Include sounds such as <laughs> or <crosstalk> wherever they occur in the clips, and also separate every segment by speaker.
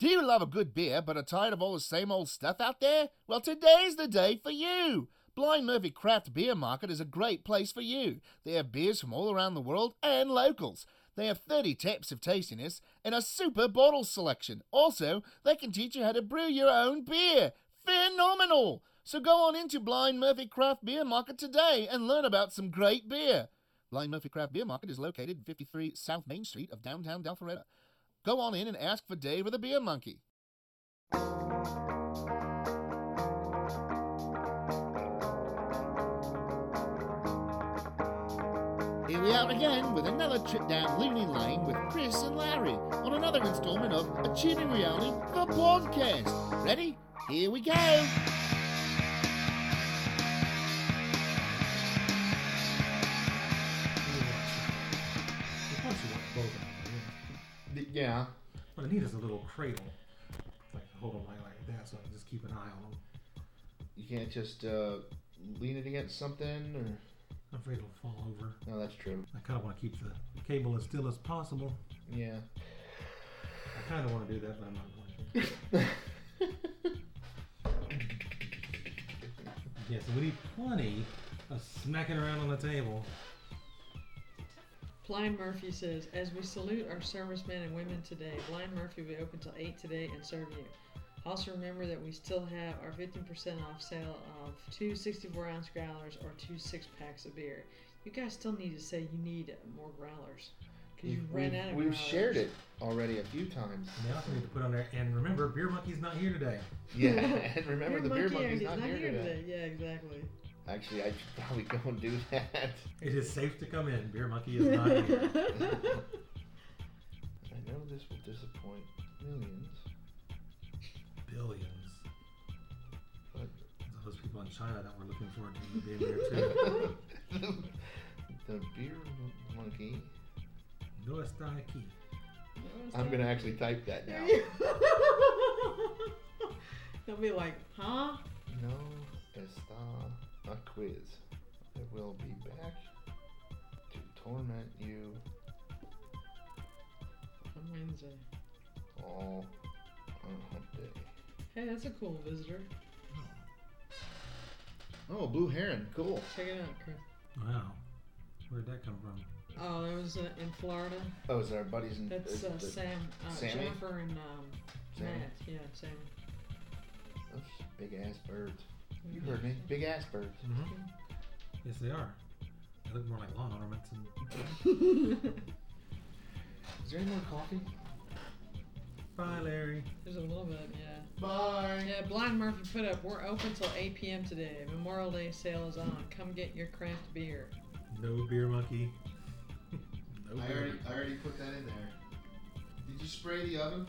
Speaker 1: Do you love a good beer but are tired of all the same old stuff out there? Well, today's the day for you! Blind Murphy Craft Beer Market is a great place for you. They have beers from all around the world and locals. They have 30 taps of tastiness and a super bottle selection. Also, they can teach you how to brew your own beer. Phenomenal! So go on into Blind Murphy Craft Beer Market today and learn about some great beer. Blind Murphy Craft Beer Market is located 53 South Main Street of downtown Dalfaretta. Go on in and ask for Dave or the Beer Monkey. Here we are again with another trip down Looney Lane with Chris and Larry on another installment of Achieving Reality, the podcast. Ready? Here we go.
Speaker 2: Of course you want both of them.
Speaker 1: Yeah.
Speaker 2: What I need is a little cradle. Like hold them like, like that so I can just keep an eye on them.
Speaker 1: You can't just uh, lean it against something,
Speaker 2: I'm afraid it'll fall over.
Speaker 1: or no, that's true.
Speaker 2: I kind of want to keep the cable as still as possible.
Speaker 1: Yeah.
Speaker 2: I kind of want to do that, but I'm not going to. Yeah, so we need plenty of smacking around on the table.
Speaker 3: Blind Murphy says, as we salute our servicemen and women today, Blind Murphy will be open till 8 today and serve you. Also remember that we still have our 15% off sale of two 64 ounce growlers or two six packs of beer. You guys still need to say you need more growlers because you ran out of
Speaker 1: We've
Speaker 3: growlers.
Speaker 1: shared it already a few times. <laughs>
Speaker 2: And they also need to put on there. And remember, Beer Monkey's not here today.
Speaker 3: <laughs>
Speaker 1: Yeah, and remember
Speaker 3: Your
Speaker 1: the beer
Speaker 3: monkey
Speaker 1: monkey's
Speaker 3: is
Speaker 1: not, here, today.
Speaker 2: <laughs>
Speaker 3: Yeah, exactly.
Speaker 1: Actually, I should <laughs> probably go and do that. <laughs>
Speaker 2: It is safe to come in. Beer Monkey is not
Speaker 3: <laughs>
Speaker 2: here.
Speaker 1: I know this will disappoint millions,
Speaker 2: Billions.
Speaker 1: but
Speaker 2: It's all those people in China that were looking forward to being there too.
Speaker 1: <laughs>
Speaker 3: <laughs>
Speaker 1: the beer monkey.
Speaker 2: No está aquí.
Speaker 1: I'm gonna actually type that
Speaker 3: <laughs>
Speaker 1: now.
Speaker 3: They'll be like, huh?
Speaker 1: No está a quiz. I will be back to torment you
Speaker 3: On Wednesday.
Speaker 1: all on hump day.
Speaker 3: Hey, that's a cool visitor.
Speaker 1: Oh, blue heron, cool.
Speaker 3: Check it out, Chris.
Speaker 2: Wow. Where did that come from?
Speaker 3: Oh, that was uh, in Florida.
Speaker 1: Oh, is our buddies in
Speaker 3: That's uh,
Speaker 1: the-
Speaker 3: Sam, uh,
Speaker 1: Sammy?
Speaker 3: Jennifer, and um,
Speaker 1: Sammy?
Speaker 3: Matt. Yeah, Sammy.
Speaker 1: Those big ass birds. You heard me. Big ass birds.
Speaker 2: Mm-hmm. Yes, they are. They look more like lawn ornaments. And
Speaker 1: Is there any more coffee?
Speaker 2: bye, Larry.
Speaker 3: <laughs> There's a little bit, yeah.
Speaker 1: Bye.
Speaker 3: Yeah, Blind Murphy put up. We're open till 8 p.m. today. Memorial Day sale is on. Come get your craft beer.
Speaker 2: No beer monkey. no
Speaker 1: I already, I already put that in there. Did you spray the oven?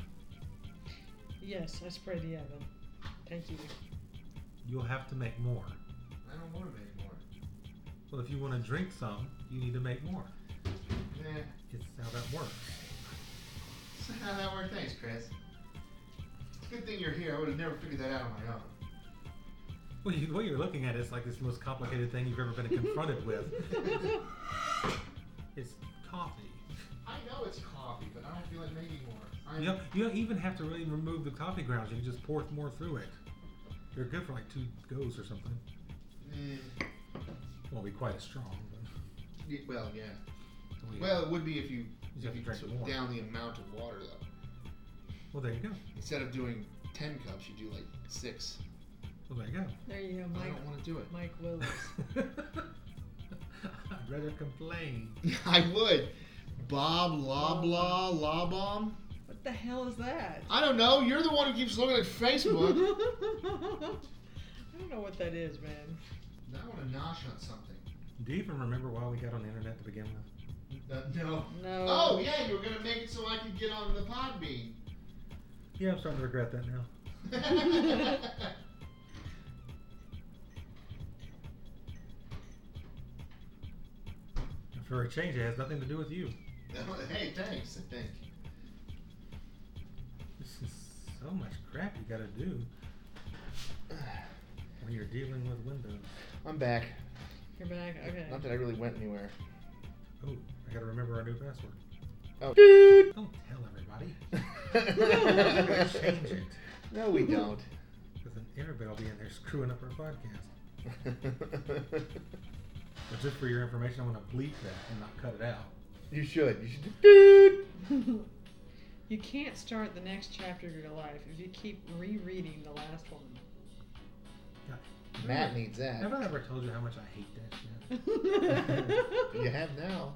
Speaker 3: Yes, I sprayed the oven. Thank you.
Speaker 2: You'll have to make more.
Speaker 1: I don't want to make more.
Speaker 2: Well, if you want to drink some, you need to make more.
Speaker 1: Nah,
Speaker 2: It's how that works.
Speaker 1: so how that worked. Thanks, Chris. It's a good thing you're here. I would have never figured that out on my own.
Speaker 2: Well, you, what you're looking at is like this most complicated thing you've ever been confronted with. It's coffee.
Speaker 1: I know it's coffee, but I don't feel like making more.
Speaker 2: You don't, you don't even have to really remove the coffee grounds. You can just pour more through it. You're good for like two goes or something.
Speaker 1: Mm,
Speaker 2: Won't be quite as strong.
Speaker 1: y- well, yeah.
Speaker 2: But
Speaker 1: Well, it would be if you
Speaker 2: You
Speaker 1: if
Speaker 2: have
Speaker 1: you
Speaker 2: to drink
Speaker 1: took
Speaker 2: more.
Speaker 1: down the amount of water though.
Speaker 2: well, there you go.
Speaker 1: Instead of doing ten cups, you do like six.
Speaker 2: Well, there you go.
Speaker 3: There you go,
Speaker 1: I
Speaker 3: Mike.
Speaker 1: don't want to do it.
Speaker 3: Mike Willis.
Speaker 2: <laughs> I'd rather complain.
Speaker 1: <laughs> I would. Bob Loblaw Lobom.
Speaker 3: what the hell is that?
Speaker 1: I don't know. You're the one who keeps looking at
Speaker 3: <laughs>
Speaker 1: Facebook.
Speaker 3: I don't know what that is, man.
Speaker 1: now I want to nosh on something.
Speaker 2: Do you even remember why we got on the internet to begin with?
Speaker 1: Uh, no.
Speaker 3: No.
Speaker 1: Oh yeah, you were gonna make it so I could get on the
Speaker 3: <laughs>
Speaker 1: Podbean. <laughs>
Speaker 2: Yeah, I'm starting to regret that now. For a change, it has nothing to do with you.
Speaker 1: hey, thanks. I think.
Speaker 2: This is so much crap you gotta do when you're dealing with Windows.
Speaker 1: I'm back.
Speaker 3: You're back? Okay.
Speaker 1: Not that I really went anywhere.
Speaker 2: Oh, I gotta remember our new password.
Speaker 1: Oh. <laughs>
Speaker 3: <laughs>
Speaker 2: Don't tell everybody. We're gonna change it
Speaker 1: no, we don't.
Speaker 2: with an Annabelle being there screwing up our podcast. But just for your information, I'm gonna bleep that and not cut it out.
Speaker 1: <laughs> you should. You should. do-
Speaker 3: <laughs> you can't start the next chapter of your life if you keep rereading the last
Speaker 1: Matt needs
Speaker 2: Have I
Speaker 1: that.
Speaker 2: ever told you how much I hate that shit?
Speaker 3: <laughs> one.
Speaker 1: <laughs> <laughs> You have now.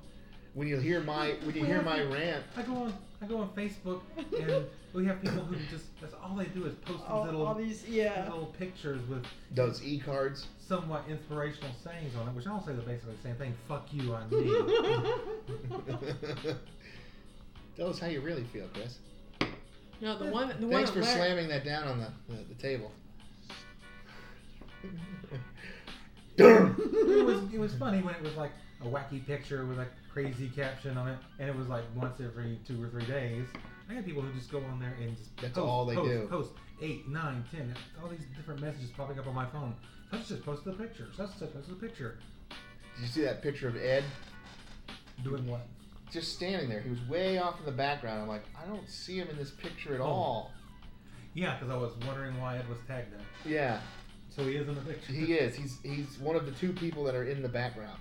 Speaker 1: When you hear my when you hear my rant,
Speaker 2: I go on I go on Facebook
Speaker 3: <laughs>
Speaker 2: and we have people who just that's all they do is post these
Speaker 3: all,
Speaker 2: little
Speaker 3: all these, yeah.
Speaker 2: little pictures with
Speaker 1: those e cards. <laughs>
Speaker 2: somewhat inspirational sayings on it, which all say the basically the same thing. Fuck you,
Speaker 3: <laughs>
Speaker 2: I'm me.
Speaker 1: <laughs> Tell us how you really feel, Chris.
Speaker 3: no, the one, the
Speaker 1: Thanks for
Speaker 3: one at <laughs> Larry-
Speaker 1: slamming that down on the, the, the table.
Speaker 2: it
Speaker 1: <laughs>
Speaker 2: was it was funny when it was like a wacky picture with a crazy caption on it, and it was like once every two or three days. I got people who just go on there and just
Speaker 1: That's
Speaker 2: post,
Speaker 1: all they
Speaker 2: post,
Speaker 1: do.
Speaker 2: Post eight, nine, ten, all these different messages popping up on my phone. Let's just post the picture. Let's just post the picture.
Speaker 1: Did you see that picture of Ed
Speaker 2: Doing what?
Speaker 1: just standing there? He was way off in the background. I'm like, I don't see him in this picture at
Speaker 2: Oh.
Speaker 1: all.
Speaker 2: Yeah, because I was wondering why Ed was tagged in. it.
Speaker 1: Yeah,
Speaker 2: So he is in the picture.
Speaker 1: he is. He's he's one of the two people that are in the background.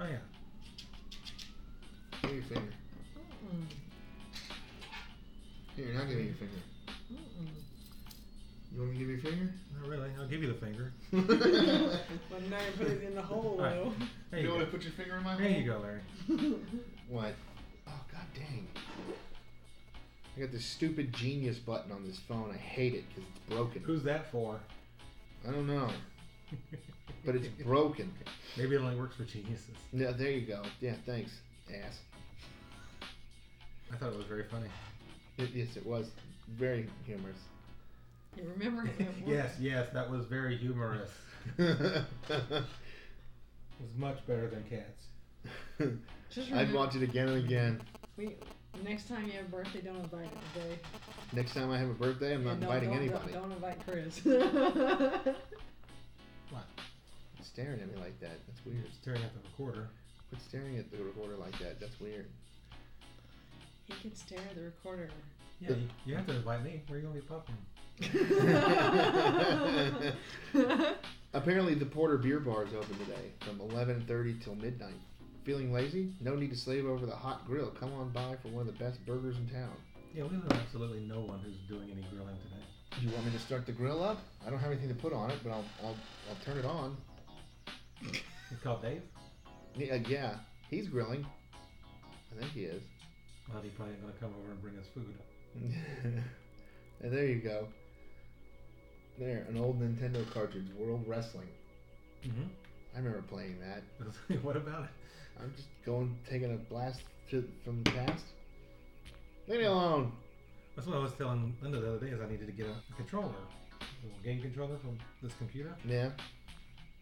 Speaker 2: Oh yeah.
Speaker 1: Give me your finger.
Speaker 3: Mm-mm,
Speaker 1: Here, not give me your finger.
Speaker 3: mm-mm.
Speaker 1: You want me to give you your finger?
Speaker 2: Not really. I'll give you the finger.
Speaker 3: Well, now you put it in the hole,
Speaker 2: Alright.
Speaker 3: though.
Speaker 2: There you,
Speaker 1: don't
Speaker 2: go.
Speaker 1: want to put your finger in my
Speaker 2: There
Speaker 1: hole?
Speaker 2: you go, Larry.
Speaker 3: <laughs>
Speaker 1: What? Oh god dang. I got this stupid genius button on this phone. I hate it because it's broken.
Speaker 2: Who's that for?
Speaker 1: I don't know, but it's broken.
Speaker 2: <laughs> Maybe it only works for geniuses.
Speaker 1: Yeah, there you go. Yeah, thanks, ass.
Speaker 2: I thought it was very funny.
Speaker 1: It, yes, it was very humorous. <laughs>
Speaker 3: You remember it? at work?
Speaker 2: yes, yes, that was very <laughs> humorous. It was much better than cats.
Speaker 3: Just
Speaker 1: I'd
Speaker 3: remember,
Speaker 1: watch it again and again.
Speaker 3: we, next time you have a birthday, don't invite him, okay?
Speaker 1: Next time I have a birthday, I'm not
Speaker 3: And don't-
Speaker 1: inviting
Speaker 3: don't,
Speaker 1: anybody.
Speaker 3: Don't, don't invite Chris. <laughs>
Speaker 1: Staring at me like that. That's weird.
Speaker 2: You're staring at the recorder.
Speaker 1: Quit staring at the recorder like that. That's weird.
Speaker 3: he can stare at the recorder.
Speaker 2: Yeah, you, you have to invite me. Where are you gonna get popcorn?
Speaker 1: Apparently, the Porter Beer Bar is open today from 11:30 till midnight. Feeling lazy? No need to slave over the hot grill. Come on by for one of the best burgers in town.
Speaker 2: Yeah, we have absolutely no one who's doing any grilling today.
Speaker 1: You want me to start the grill up? I don't have anything to put on it, but I'll I'll, I'll turn it on.
Speaker 2: It's called Dave.
Speaker 1: Yeah, yeah, he's grilling. I think he is.
Speaker 2: Well, he probably ain't gonna come over and bring us food.
Speaker 1: <laughs> and there you go. There, an old Nintendo cartridge, World Wrestling.
Speaker 2: Mm-hmm.
Speaker 1: I remember playing that.
Speaker 2: <laughs> what about it?
Speaker 1: I'm just going, taking a blast to, from the past. Leave me alone.
Speaker 2: That's what I was telling Linda the other day. Is I needed to get a controller, a little game controller from this computer.
Speaker 1: Yeah.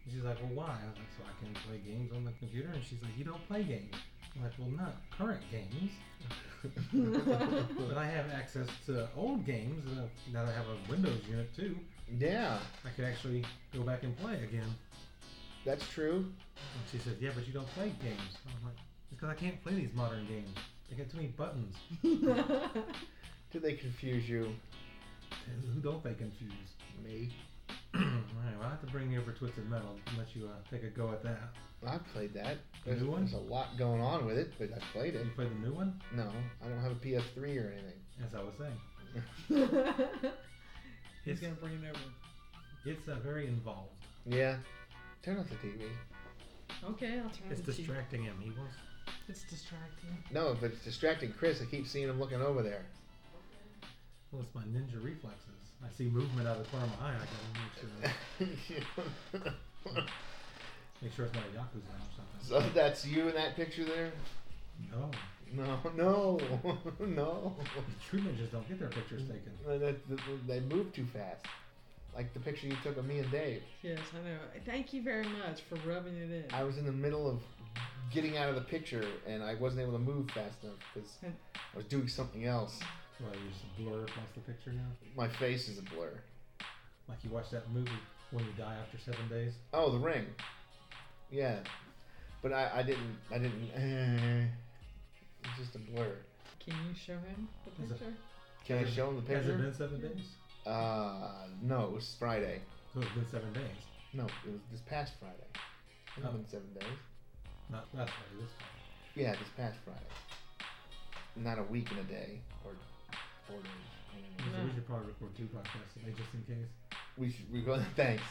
Speaker 2: And she's like, well, why? I was like, so I can play games on the computer. And she's like, you don't play games. I'm like, well, not current <laughs> games, but I have access to old games. And uh, now that I have a Windows unit too,
Speaker 1: yeah,
Speaker 2: I can actually go back and play again.
Speaker 1: that's true.
Speaker 2: And she says, yeah, but you don't play games. I'm like, it's because I can't play these modern games. They got too many buttons. <laughs>
Speaker 1: Did they confuse you?
Speaker 2: Who don't they confuse? <clears throat>
Speaker 1: Me.
Speaker 2: All right, well, I have to bring you over Twisted Metal and let you uh, take a go at that.
Speaker 1: I played that.
Speaker 2: The
Speaker 1: There's,
Speaker 2: new one?
Speaker 1: there's a lot going on with it, but I played it.
Speaker 2: You play the new one,
Speaker 1: No, I don't have a PS3 or anything. <laughs>
Speaker 2: as I was saying.
Speaker 3: He's
Speaker 2: It's
Speaker 3: gonna bring it over.
Speaker 2: it's uh, very involved.
Speaker 1: Yeah. Turn off the TV.
Speaker 3: Okay, I'll turn
Speaker 2: It's
Speaker 3: it to you.
Speaker 2: distracting him. He wants
Speaker 3: It's distracting.
Speaker 1: No, but it's distracting Chris. I keep seeing him looking over there.
Speaker 2: Well, it's my ninja reflexes. I see movement out of the corner of my eye. I gotta make sure, make sure it's not a yakuza or
Speaker 1: <laughs>
Speaker 2: something. Oh.
Speaker 1: so that's you in that picture there?
Speaker 2: No,
Speaker 1: No, no, <laughs> no.
Speaker 2: the true ninjas don't get their pictures taken.
Speaker 1: They- they- They move too fast. Like the picture you took of me and Dave.
Speaker 3: Yes, I know. Thank you very much for rubbing it in.
Speaker 1: I was in the middle of getting out of the picture and I wasn't able to move fast enough because I was doing something else.
Speaker 2: Well, you just blur across the picture now.
Speaker 1: My face is a blur.
Speaker 2: Like you watch that movie when you die after seven days.
Speaker 1: Oh, the ring. Yeah, but I, I didn't <sighs> I didn't It's just a blur.
Speaker 3: Can you show him the
Speaker 2: Is it-
Speaker 3: picture?
Speaker 1: Can I show him the
Speaker 2: Has it
Speaker 1: picture?
Speaker 2: been seven days?
Speaker 1: Uh, no, it was Friday.
Speaker 2: So it's been seven days.
Speaker 1: No, it was this past Friday. It
Speaker 2: Oh.
Speaker 1: hasn't been seven days.
Speaker 2: Not last Friday, this Friday.
Speaker 1: Yeah, this past Friday. Not a week and a day or four days. I don't know.
Speaker 2: So we
Speaker 3: No.
Speaker 2: should probably record two podcasts today just in case.
Speaker 1: We should we go <laughs>
Speaker 2: <laughs>
Speaker 1: thanks.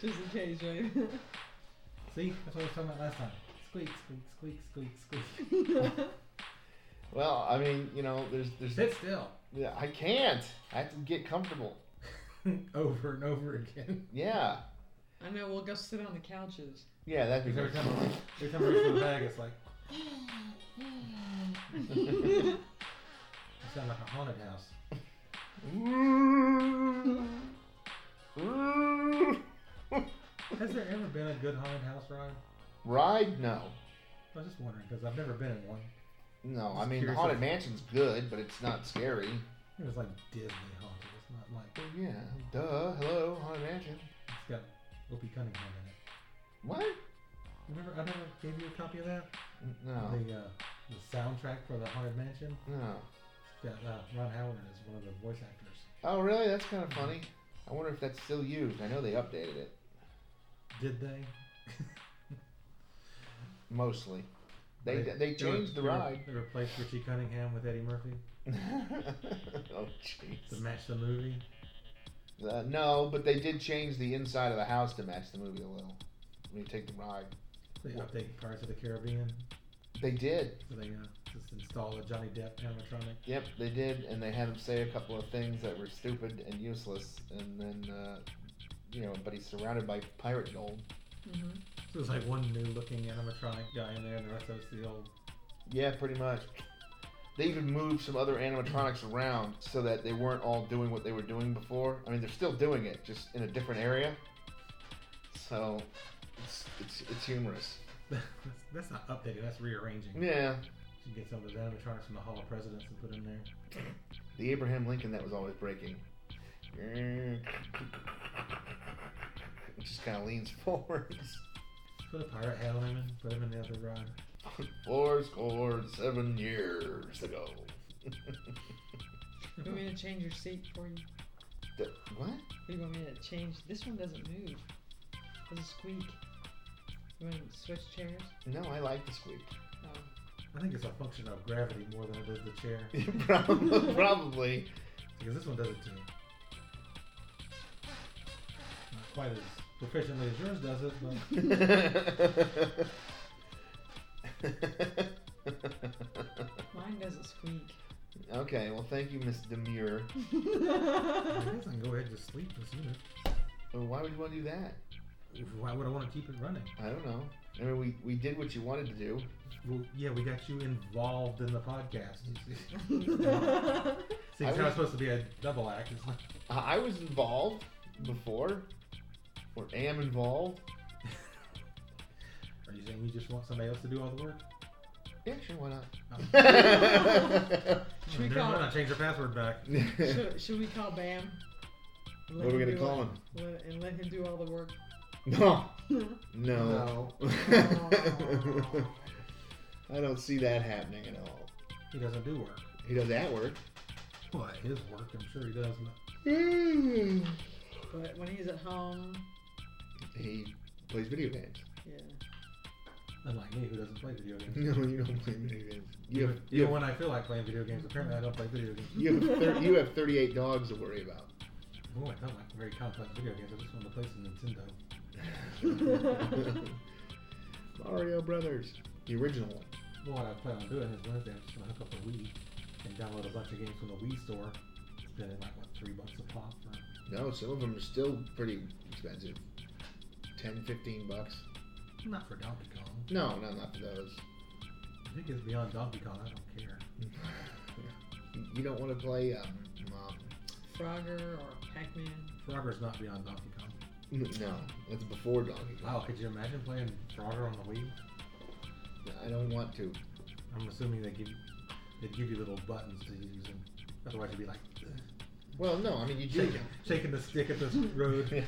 Speaker 3: Just in case, right?
Speaker 2: <laughs> See, that's what I was talking about last time. Squeak, squeak, squeak, squeak, squeak.
Speaker 1: well, I mean, you know, there's there's
Speaker 2: Sit still. <laughs>
Speaker 1: yeah, I can't. I have to get comfortable.
Speaker 2: over and over again.
Speaker 1: Yeah.
Speaker 3: I know. We'll go sit on the
Speaker 2: <laughs>
Speaker 3: couches.
Speaker 1: Yeah, that'd be
Speaker 2: Because every
Speaker 1: good.
Speaker 2: time I reach, every time I reach for the bag, it's like
Speaker 3: Mm-hmm.
Speaker 2: I sound like a haunted house. Has there ever been a good haunted house ride?
Speaker 1: <laughs> Ride? No.
Speaker 2: I was just wondering because I've never been in one.
Speaker 1: No, I
Speaker 2: Just
Speaker 1: mean the
Speaker 2: curious
Speaker 1: haunted
Speaker 2: if-
Speaker 1: mansion's good, but it's not scary.
Speaker 2: It was like Disney haunted. It's not like
Speaker 1: Well, yeah, duh. Hello, haunted mansion.
Speaker 2: it's got Opie Cunningham in it.
Speaker 1: What?
Speaker 2: Remember, I never gave you a copy of that.
Speaker 1: No,
Speaker 2: The uh, the soundtrack for the Haunted Mansion.
Speaker 1: no.
Speaker 2: It's got uh, Ron Howard as one of the voice actors.
Speaker 1: Oh, really? That's kind of funny. I wonder if that's still used. I know they updated it
Speaker 2: Did they?
Speaker 1: mostly. <laughs> They
Speaker 2: They-
Speaker 1: they
Speaker 2: re-
Speaker 1: changed the
Speaker 2: they re-
Speaker 1: ride. <laughs>
Speaker 2: They replaced Richie Cunningham with Eddie Murphy
Speaker 1: oh
Speaker 2: to
Speaker 1: jeez.
Speaker 2: match the movie.
Speaker 1: Uh, no, but they did change the inside of the house to match the movie a little. When you take the ride,
Speaker 2: They
Speaker 1: Well-
Speaker 2: update Pirates of the Caribbean.
Speaker 1: they did.
Speaker 2: So they uh, just install a Johnny Depp animatronic.
Speaker 1: Yep, they did, and they had him say a couple of things that were stupid and useless, and then uh, you know, but he's surrounded by pirate gold.
Speaker 3: hmm
Speaker 2: So there's like one new looking animatronic guy in there, and the rest of it's the old. <laughs>
Speaker 1: Yeah, pretty much. They even moved some other animatronics around so that they weren't all doing what they were doing before. I mean, they're still doing it, just in a different area. So it's it's, it's humorous.
Speaker 2: that's, that's not updating. That's rearranging.
Speaker 1: Yeah,
Speaker 2: You get some of the animatronics from the Hall of Presidents and put in there.
Speaker 1: the Abraham Lincoln that was always breaking. <laughs> It just kind of leans <laughs> forwards.
Speaker 2: Put a pirate hat on him and put him in the other rod.
Speaker 1: Four score and seven years ago. <laughs>
Speaker 3: You want me to change your seat for you?
Speaker 1: The- what?
Speaker 3: Or you want me to change? This one doesn't move. Doesn't squeak. You want to switch chairs?
Speaker 1: No, I like the squeak. <laughs>
Speaker 3: Oh.
Speaker 2: <laughs> I think it's a function of gravity more than it is the chair.
Speaker 1: probably, probably.
Speaker 2: Because this one does it to me. Not quite as proficiently as yours does it, but
Speaker 1: <laughs>
Speaker 3: Mine doesn't squeak.
Speaker 1: okay, well, thank you, Miss Demure.
Speaker 2: I guess I can go ahead and just sleep this unit.
Speaker 1: Well, why would you want to do that?
Speaker 2: Why would I want to keep it running?
Speaker 1: I don't know. I mean, we, we did what you wanted to do.
Speaker 2: Well, yeah, we got you involved in the podcast. See,
Speaker 1: I
Speaker 2: it's not
Speaker 1: was-
Speaker 2: supposed to be a double act. It's not.
Speaker 1: I I was involved before, or am involved.
Speaker 2: <laughs> Are you saying you just want somebody else to do all the work? Oh,
Speaker 1: Yeah, sure, why not?
Speaker 3: Should we
Speaker 2: Never
Speaker 3: call-
Speaker 2: mind, I changed your password back.
Speaker 3: should, should we call Bam? And let
Speaker 1: What are we
Speaker 3: him
Speaker 1: gonna
Speaker 3: do
Speaker 1: call
Speaker 3: all-
Speaker 1: him?
Speaker 3: let- and let him do all the work.
Speaker 1: no, no.
Speaker 2: No.
Speaker 1: <laughs> I don't see that happening at all.
Speaker 2: He doesn't do work.
Speaker 1: He does that work.
Speaker 2: Well, his work, I'm sure he does. But
Speaker 1: he
Speaker 3: but when he's at home,
Speaker 1: plays video games. <laughs>
Speaker 3: yeah.
Speaker 2: unlike me, who doesn't play video
Speaker 1: <laughs>
Speaker 2: games.
Speaker 1: No, you don't play video games. You have
Speaker 2: Even,
Speaker 1: you
Speaker 2: even
Speaker 1: have,
Speaker 2: when I feel like playing video games, apparently I don't play video games.
Speaker 1: you have, thir- you have 38 dogs to worry
Speaker 2: <laughs>
Speaker 1: about. <laughs>
Speaker 2: Oh, I don't like very complex video games. I just want to play some Nintendo.
Speaker 1: Mario Brothers, the original one.
Speaker 2: Well, what I plan on doing is Wednesday, I'm just gonna hook up a Wii and download a bunch of games from the Wii store. Spending like what three bucks a pop for
Speaker 1: No, some of them are still pretty expensive. 10, 15 bucks.
Speaker 2: not for Donkey Kong.
Speaker 1: No, no, not for those. <laughs>
Speaker 2: I think it's beyond Donkey Kong. I don't care.
Speaker 1: You don't want to play um, um,
Speaker 3: Frogger or Pac-Man.
Speaker 2: Frogger's not beyond Donkey Kong.
Speaker 1: no, that's before Donkey Kong.
Speaker 2: Wow, could you imagine playing Frogger on the Wii?
Speaker 1: I don't want to.
Speaker 2: I'm assuming they give they give you little buttons to use, and otherwise you'd be like
Speaker 1: Well, no, I mean you do.
Speaker 2: shaking, shaking the stick at
Speaker 1: <laughs>
Speaker 2: this road.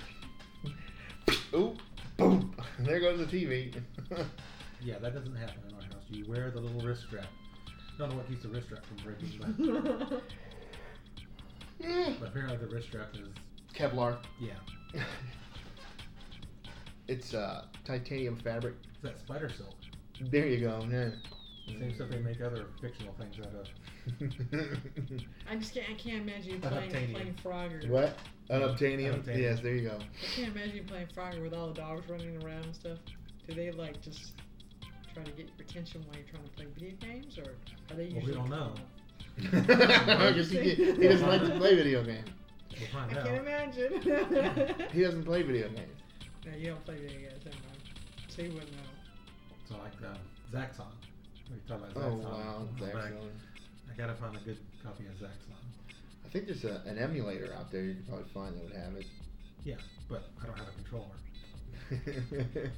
Speaker 1: Ooh, boom! <laughs> There goes the TV. <laughs>
Speaker 2: Yeah, that doesn't happen in our house. You wear the little wrist strap. Don't know what keeps the wrist strap from breaking,
Speaker 1: <laughs>
Speaker 2: but,
Speaker 3: That's
Speaker 1: Eh,
Speaker 2: but apparently the wrist strap is
Speaker 1: Kevlar. <laughs>
Speaker 2: yeah.
Speaker 1: it's uh, titanium fabric.
Speaker 2: It's that spider silk.
Speaker 1: There you go. Yeah.
Speaker 2: Same stuff they make other fictional things out of.
Speaker 3: I just can't. I can't imagine you playing
Speaker 2: Unobtainium.
Speaker 3: playing
Speaker 1: <laughs>
Speaker 3: Frogger.
Speaker 1: what? Unobtainium?
Speaker 2: Unobtainium.
Speaker 1: Yes, there
Speaker 2: <laughs>
Speaker 1: you go. <laughs>
Speaker 3: I can't imagine you playing Frogger with all the dogs running around and stuff. Do they like just try to get your attention while you're trying to play video games, or are they
Speaker 2: Well, we
Speaker 3: usually?
Speaker 1: <laughs>
Speaker 2: don't know.
Speaker 1: Because he, he doesn't like to play video
Speaker 2: <laughs>
Speaker 1: games.
Speaker 2: We'll
Speaker 3: I
Speaker 2: find
Speaker 3: can
Speaker 2: out.
Speaker 3: imagine.
Speaker 2: <laughs>
Speaker 1: He
Speaker 3: <laughs>
Speaker 1: doesn't play video games.
Speaker 3: no, you don't play video games, never mind. So you wouldn't know.
Speaker 2: So like um, Zaxxon. We talked about
Speaker 1: Oh,
Speaker 2: Zaxxon.
Speaker 1: wow.
Speaker 2: But
Speaker 1: Zaxxon.
Speaker 2: I, I gotta find a good copy of Zaxxon.
Speaker 1: I think there's a, an emulator out there you could probably find that would have
Speaker 2: Yeah, but I don't have a
Speaker 1: <laughs>
Speaker 2: controller. I
Speaker 1: it.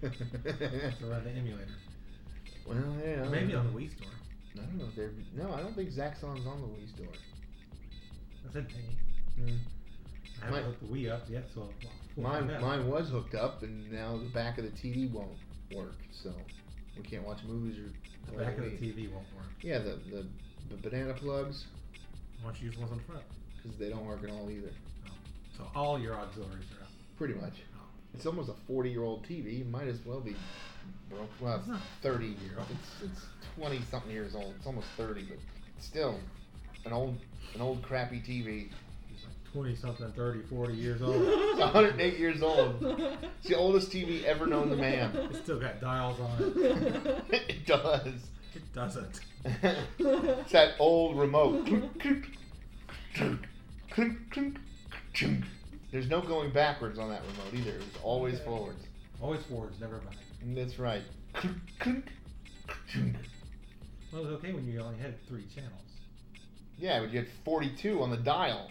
Speaker 2: have to run the emulator.
Speaker 1: well, yeah.
Speaker 2: Maybe on the Wii store.
Speaker 1: um, I don't know if they're. No, I don't think Zaxxon's on the Wii store.
Speaker 2: That's it.
Speaker 1: Mm.
Speaker 2: I haven't
Speaker 1: Mine-
Speaker 2: hooked the Wii up yet, so Hmm. we'll
Speaker 1: Mine,
Speaker 2: find out.
Speaker 1: mine was hooked up, and now the back of the TV won't work, so we can't watch movies or.
Speaker 2: The
Speaker 1: play
Speaker 2: back of the
Speaker 1: Wii.
Speaker 2: TV won't work.
Speaker 1: Yeah, the, the, the banana plugs,
Speaker 2: Why don't you use ones on the front?
Speaker 1: because they don't work at all either.
Speaker 2: So all your auxiliaries are out.
Speaker 1: Pretty much.
Speaker 2: Oh.
Speaker 1: It's almost a 40 year old TV. You Might as well be broke. Well,
Speaker 2: It's not
Speaker 1: 30 year old.
Speaker 2: 40-year-old.
Speaker 1: It's, it's 20 something years old. It's almost 30, but still an old an old crappy TV.
Speaker 2: He's Oh, like 20 something, 30, 40 years old.
Speaker 1: It's 108 years old. It's the oldest TV ever known to man.
Speaker 2: it's still got dials on it.
Speaker 1: <laughs> it does.
Speaker 2: It doesn't.
Speaker 1: it's that old remote. Clunk, clunk, clunk, clunk, clunk, chunk. There's no going backwards on that remote either. It was always forwards.
Speaker 2: Always forwards, never back.
Speaker 1: That's right. Clunk, clunk, chunk.
Speaker 2: Well, it was okay when you only had three channels.
Speaker 1: Yeah, but you had 42 on the dial.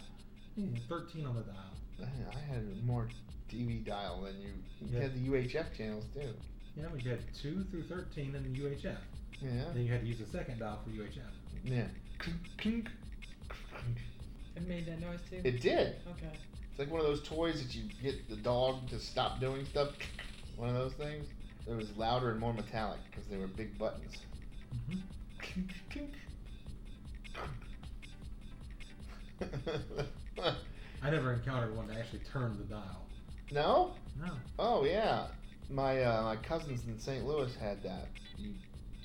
Speaker 2: Hmm, 13 on the dial.
Speaker 1: Man, I had more TV dial than you. You
Speaker 2: Yeah.
Speaker 1: had the UHF channels too.
Speaker 2: Yeah, but you had 2 through 13 in the UHF.
Speaker 1: Yeah.
Speaker 2: Then you had to use the second dial for UHF.
Speaker 1: Yeah. Clunk, clunk, clunk.
Speaker 3: It made that noise too.
Speaker 1: It did.
Speaker 3: okay.
Speaker 1: It's like one of those toys that you get the dog to stop doing stuff. One of those things. It was louder and more metallic because they were big buttons.
Speaker 2: Mm-hmm.
Speaker 1: Clunk, clunk.
Speaker 2: I never encountered one that actually turned the dial.
Speaker 1: <laughs> no?
Speaker 2: No.
Speaker 1: Oh yeah, my uh, my cousins in St. Louis had that. You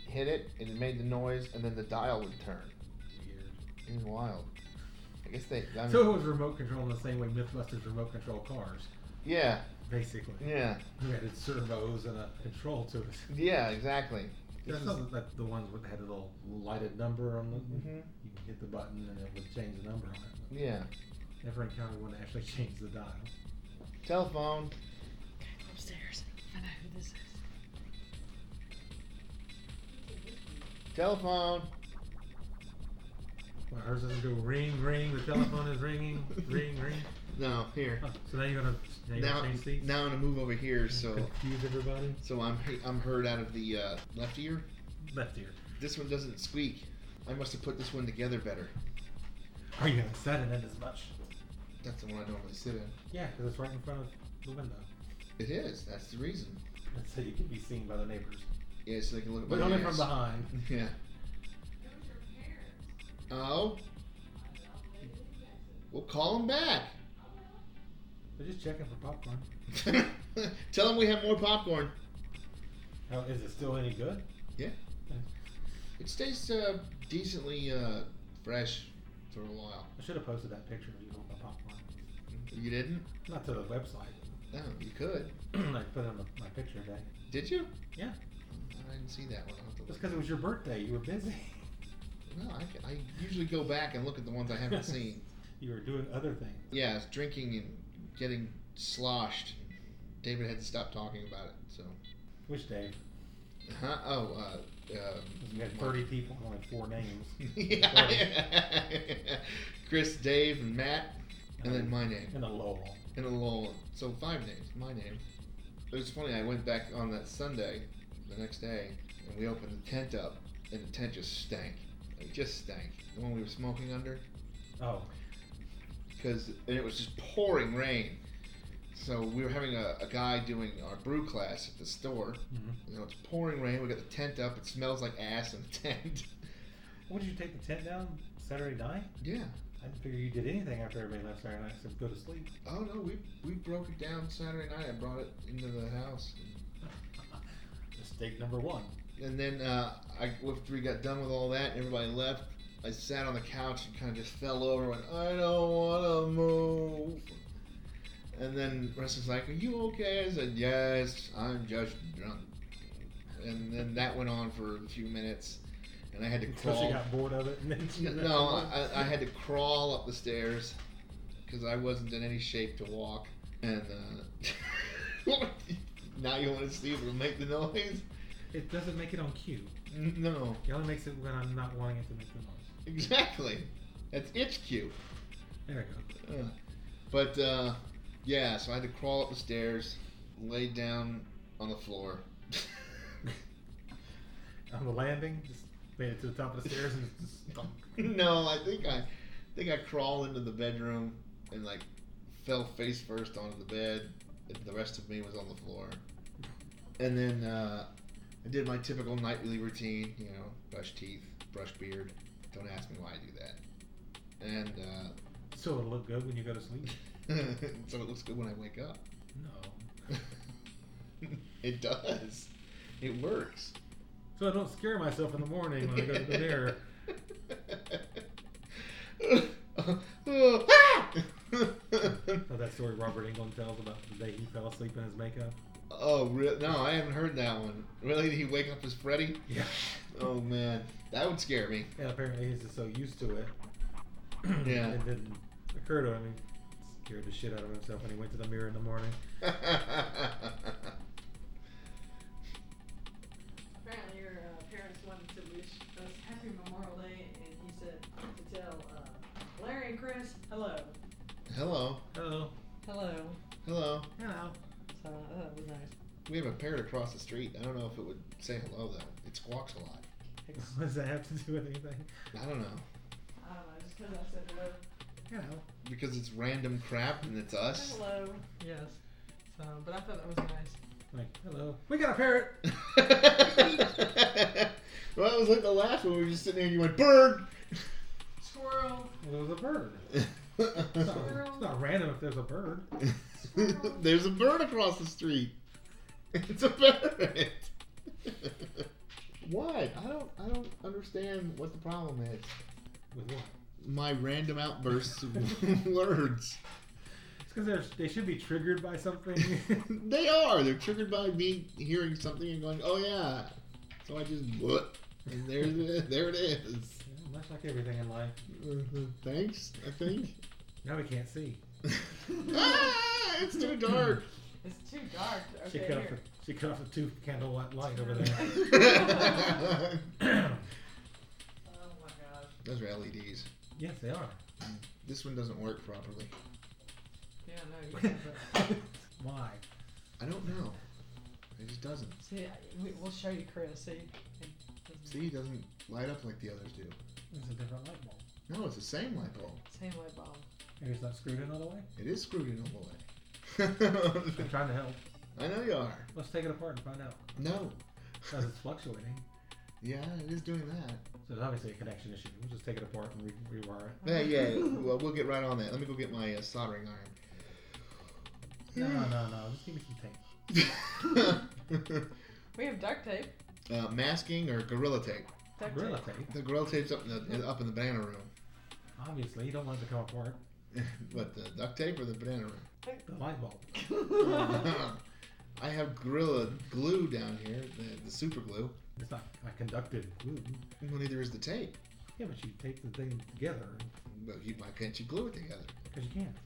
Speaker 1: hit it and it made the noise, and then the dial would turn.
Speaker 2: Weird.
Speaker 1: It was wild. I guess they. I mean,
Speaker 2: So it was remote control in the same way MythBusters remote control cars,
Speaker 1: yeah,
Speaker 2: basically.
Speaker 1: yeah,
Speaker 2: We added servos and a control to it.
Speaker 1: yeah, exactly.
Speaker 2: I
Speaker 1: This
Speaker 2: saw
Speaker 1: is-
Speaker 2: that that the ones that had a little lighted number on them.
Speaker 1: Mhm.
Speaker 2: You can hit the button and it would change the number on it.
Speaker 1: yeah,
Speaker 2: Never encountered one that actually <laughs> changed the dial.
Speaker 1: telephone.
Speaker 3: Upstairs. I know who this is.
Speaker 1: Telephone.
Speaker 2: Well, hers doesn't go ring, ring. The telephone
Speaker 1: <laughs>
Speaker 2: is ringing, ring, ring.
Speaker 1: No, here.
Speaker 2: Oh, so now you're gonna now you're
Speaker 1: Now,
Speaker 2: gonna change seats.
Speaker 1: now I'm gonna move over here, so
Speaker 2: confuse everybody.
Speaker 1: so I'm I'm heard out of the uh, left ear.
Speaker 2: Left ear.
Speaker 1: This one doesn't squeak. I must have put this one together better.
Speaker 2: Are you gonna set it in as much?
Speaker 1: That's the one I normally sit in.
Speaker 2: Yeah, because it's right in front of the window.
Speaker 1: It is. That's the reason.
Speaker 2: And so you can be seen by the neighbors,
Speaker 1: Yeah, so they can look at my
Speaker 2: but only
Speaker 1: ass.
Speaker 2: from behind.
Speaker 1: <laughs> Yeah. Oh. We'll call him back. <laughs>
Speaker 2: They're just checking for popcorn.
Speaker 1: Tell him we have more popcorn.
Speaker 2: How is it still any good?
Speaker 1: Yeah. It stays uh, decently uh, fresh for a while.
Speaker 2: I should have posted that picture of you holding the popcorn.
Speaker 1: You didn't?
Speaker 2: Not to the website. <clears throat>
Speaker 1: No, you could.
Speaker 2: I put on my picture day.
Speaker 1: Did you?
Speaker 2: Yeah.
Speaker 1: I didn't see that one. I'll have to
Speaker 2: Just
Speaker 1: look.
Speaker 2: because it was your birthday, you were busy.
Speaker 1: No, I, ca- I usually go back and look at the ones I
Speaker 2: <laughs>
Speaker 1: haven't seen.
Speaker 2: You were doing other things.
Speaker 1: Yeah, it's drinking and getting sloshed. David had to stop talking about it. So,
Speaker 2: Which day?
Speaker 1: huh? oh, uh, uh,
Speaker 2: You had
Speaker 1: Mark-
Speaker 2: 30 people, and only four names.
Speaker 1: <laughs> yeah. <laughs> Chris, Dave, and Matt, and then my name,
Speaker 2: And a Lowell.
Speaker 1: and a Lola. So five names. My name. It was funny. I went back on that Sunday, the next day, and we opened the tent up, and the tent just stank. Like just stank. The one we were smoking under,
Speaker 2: Oh.
Speaker 1: because and it was just pouring rain. So we were having a, a guy doing our brew class at the store.
Speaker 2: Mhm.
Speaker 1: You know, it's pouring rain. We got the tent up. It smells like ass in the <laughs> tent.
Speaker 2: Would you take the tent down Saturday night?
Speaker 1: yeah.
Speaker 2: I didn't figure you did anything after everybody left Saturday night except go to sleep. <laughs>
Speaker 1: Oh no, we we broke it down Saturday night. I brought it into the house.
Speaker 2: Mistake number one.
Speaker 1: And then uh, I, after we got done with all that, and everybody left. I sat on the couch and kind of just fell over. and Went, I don't want to move. And then Russ was like, "Are you okay?" I said, "Yes, I'm just drunk." And then that went on for a few minutes, and I had to
Speaker 2: Until
Speaker 1: crawl.
Speaker 2: she got bored of it.
Speaker 1: <laughs>
Speaker 2: And then she
Speaker 1: N- No, I, I had to crawl up the stairs because I wasn't in any shape to walk. And uh, <laughs> now you want to see if it'll make the noise?
Speaker 2: It doesn't make it on cue.
Speaker 1: N- No,
Speaker 2: It only makes it when I'm not wanting it to make the noise.
Speaker 1: exactly. That's itch cue.
Speaker 2: There we go.
Speaker 1: Ugh. But uh, yeah, so I had to crawl up the stairs, lay down on the floor.
Speaker 2: <laughs> On the landing, just made it to the top of <laughs> the stairs and just stunk.
Speaker 1: <laughs>
Speaker 2: <laughs>
Speaker 1: no, I think I, I think I crawled into the bedroom and like fell face first onto the bed. And the rest of me was on the floor. And then uh, I did my typical nightly routine. You know, brush teeth, brush beard. Don't ask me why I do that. And uh,
Speaker 2: So it'll look good when you go to sleep?
Speaker 1: <laughs> so it looks good when I wake up. <laughs>
Speaker 2: No.
Speaker 1: it does. It works.
Speaker 2: So I don't scare myself in the morning when I go to the
Speaker 1: <laughs>
Speaker 2: mirror. Oh, that story Robert Englund tells about the day he fell asleep in his makeup.
Speaker 1: oh, real? No, I haven't heard that one. Really? Did he wake up as Freddy?
Speaker 2: Yeah.
Speaker 1: Oh man, that would scare me.
Speaker 2: And apparently he's just so used to it.
Speaker 1: Yeah.
Speaker 2: It didn't occur to him. He scared the shit out of himself when he went to the mirror in the morning.
Speaker 3: Apparently, your uh, parents wanted to wish us happy Memorial Day, and he said to tell uh, Larry and Chris, hello.
Speaker 1: <laughs> hello,
Speaker 2: Hello.
Speaker 3: Hello.
Speaker 1: hello.
Speaker 2: Hello.
Speaker 3: So uh, that was nice.
Speaker 1: We have a parrot across the street. I don't know if it would say hello though. It squawks a lot.
Speaker 2: <laughs> What does that have to do with anything?
Speaker 1: I don't know
Speaker 3: I don't know, just because I said hello.
Speaker 2: Hello.
Speaker 1: because it's random crap and it's us.
Speaker 3: Hello. Yes. So, but I thought that was nice.
Speaker 2: Like, hello. We got a parrot!
Speaker 1: well, <laughs> that was like the last one. We were just sitting there and you went, bird! <laughs>
Speaker 3: Squirrel.
Speaker 2: Well, there's a bird. It's not, it's not random if there's a bird.
Speaker 1: There's a bird across the street. It's a parrot. what? I don't I don't understand what the problem is.
Speaker 2: With what?
Speaker 1: My random outbursts of <laughs> words.
Speaker 2: It's because they should be triggered by something.
Speaker 1: <laughs> they are. They're triggered by me hearing something and going, "Oh yeah." So I just what? And there it is. There it is.
Speaker 2: Yeah, <laughs> Much like everything in life.
Speaker 1: Mm-hmm. Thanks. I <laughs> think.
Speaker 2: Now we can't see.
Speaker 1: ah, it's too dark.
Speaker 3: It's too dark.
Speaker 2: She
Speaker 3: Okay,
Speaker 2: cut off
Speaker 3: here.
Speaker 2: a, she cut off a two candle white light over there.
Speaker 3: <laughs>
Speaker 2: <clears throat>
Speaker 3: Oh my god.
Speaker 1: <laughs> Those are LEDs.
Speaker 2: yes, they <laughs> are.
Speaker 1: This one doesn't work properly.
Speaker 3: Yeah,
Speaker 1: <laughs>
Speaker 3: no. You can't, but-
Speaker 2: Why?
Speaker 1: I don't know. It just doesn't.
Speaker 3: see, I, we, we'll show you, Chris. See. It doesn't-
Speaker 1: See, it doesn't light up like the others do.
Speaker 2: It's a different light bulb.
Speaker 1: No, it's the same light bulb.
Speaker 3: Same light bulb.
Speaker 2: Maybe it's not screwed in all the way.
Speaker 1: It is screwed in all the way. <laughs>
Speaker 2: I'm trying to help.
Speaker 1: I know you are.
Speaker 2: Let's take it apart and find out.
Speaker 1: No.
Speaker 2: Because it's fluctuating.
Speaker 1: Yeah, it is doing that.
Speaker 2: So there's obviously a connection issue. We'll just take it apart and re- rewire it.
Speaker 1: Yeah, yeah. Well, we'll get right on that. Let me go get my uh, soldering
Speaker 2: No, no, no, no. Just give me some tape.
Speaker 1: iron.
Speaker 3: <laughs>
Speaker 1: <laughs>
Speaker 3: We have duct tape.
Speaker 1: uh, masking or gorilla tape.
Speaker 3: Duct
Speaker 2: Gorilla
Speaker 3: tape.
Speaker 2: tape.
Speaker 1: The gorilla tape's up in the uh, up in the banana room. <laughs>
Speaker 2: Obviously, you don't want it to come apart.
Speaker 1: what the duct tape or the banana room? <laughs>
Speaker 2: The light bulb.
Speaker 1: I have gorilla glue down here, the, the super glue.
Speaker 2: It's not a conducted glue.
Speaker 1: Well, neither is the tape.
Speaker 2: Yeah, but you tape the thing together
Speaker 1: But you, why can't you glue it together?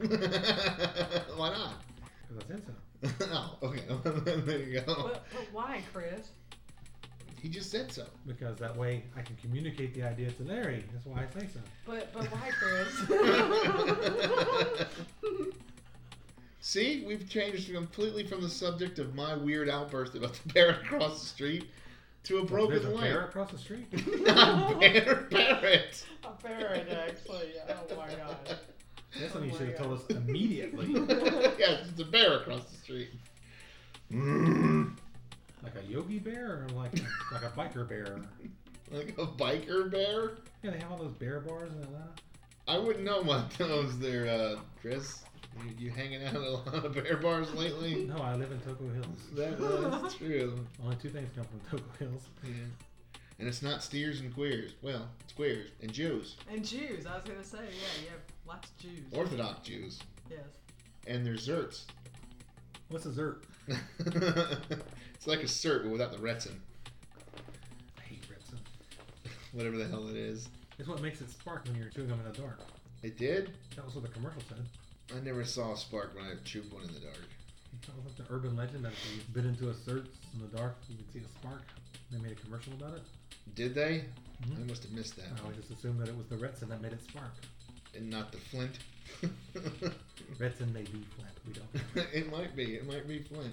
Speaker 2: because you
Speaker 1: <laughs>
Speaker 2: can.
Speaker 1: why not?
Speaker 2: Because I said so.
Speaker 1: oh, okay. <laughs> there you go.
Speaker 3: But, but why, Chris?
Speaker 1: He just said so.
Speaker 2: Because that way I can communicate the idea to Larry. That's why I say so.
Speaker 3: But but why,
Speaker 1: <laughs>
Speaker 3: Chris?
Speaker 1: See, we've changed completely from the subject of my weird outburst about the parrot across the street to a
Speaker 2: There's
Speaker 1: broken
Speaker 2: a
Speaker 1: lamp.
Speaker 2: bear across the
Speaker 3: <laughs>
Speaker 2: street.
Speaker 1: <laughs> Not bear, parrot.
Speaker 3: <laughs> A parrot, actually. Oh my god.
Speaker 2: That's something you
Speaker 3: Oh
Speaker 2: should
Speaker 3: my
Speaker 2: have told us
Speaker 1: <laughs>
Speaker 3: God. <laughs>
Speaker 2: immediately.
Speaker 1: podcast. It's a bear across the street.
Speaker 4: Mm.
Speaker 2: Like a yogi bear or like like a biker bear?
Speaker 1: Like a biker bear?
Speaker 2: Yeah, they have all those bear bars in Atlanta.
Speaker 1: I wouldn't know <laughs> about those there, uh, Chris. You, you hanging out at a lot of bear bars lately?
Speaker 2: <laughs> No, I live in Toko Hills.
Speaker 1: That was true.
Speaker 2: Only two things come from Toko Hills.
Speaker 1: Yeah. And it's not steers and queers. Well, it's queers and Jews.
Speaker 3: And Jews, I was gonna say, yeah, you have lots of Jews.
Speaker 1: Orthodox Jews.
Speaker 3: yes.
Speaker 1: And they're Zerts.
Speaker 2: What's a zert?
Speaker 1: <laughs> it's like a cert, but without the retin. <laughs>
Speaker 2: I hate Repson.
Speaker 1: Whatever the hell it is.
Speaker 2: It's what makes it spark when you're chewing them in the dark.
Speaker 1: It did?
Speaker 2: That was what the commercial said.
Speaker 1: I never saw a spark when I chewed one in the dark.
Speaker 2: That was like the urban legend that if you bit into a zert in the dark, you could see a spark. They made a commercial about it.
Speaker 1: Did they?
Speaker 2: Mhm.
Speaker 1: I must have missed that
Speaker 2: I
Speaker 1: one.
Speaker 2: always just assumed that it was the Retson that made it spark.
Speaker 1: And not the Flint. <laughs>
Speaker 2: Retson may be flat. We don't. know.
Speaker 1: it might be. It might be Flint.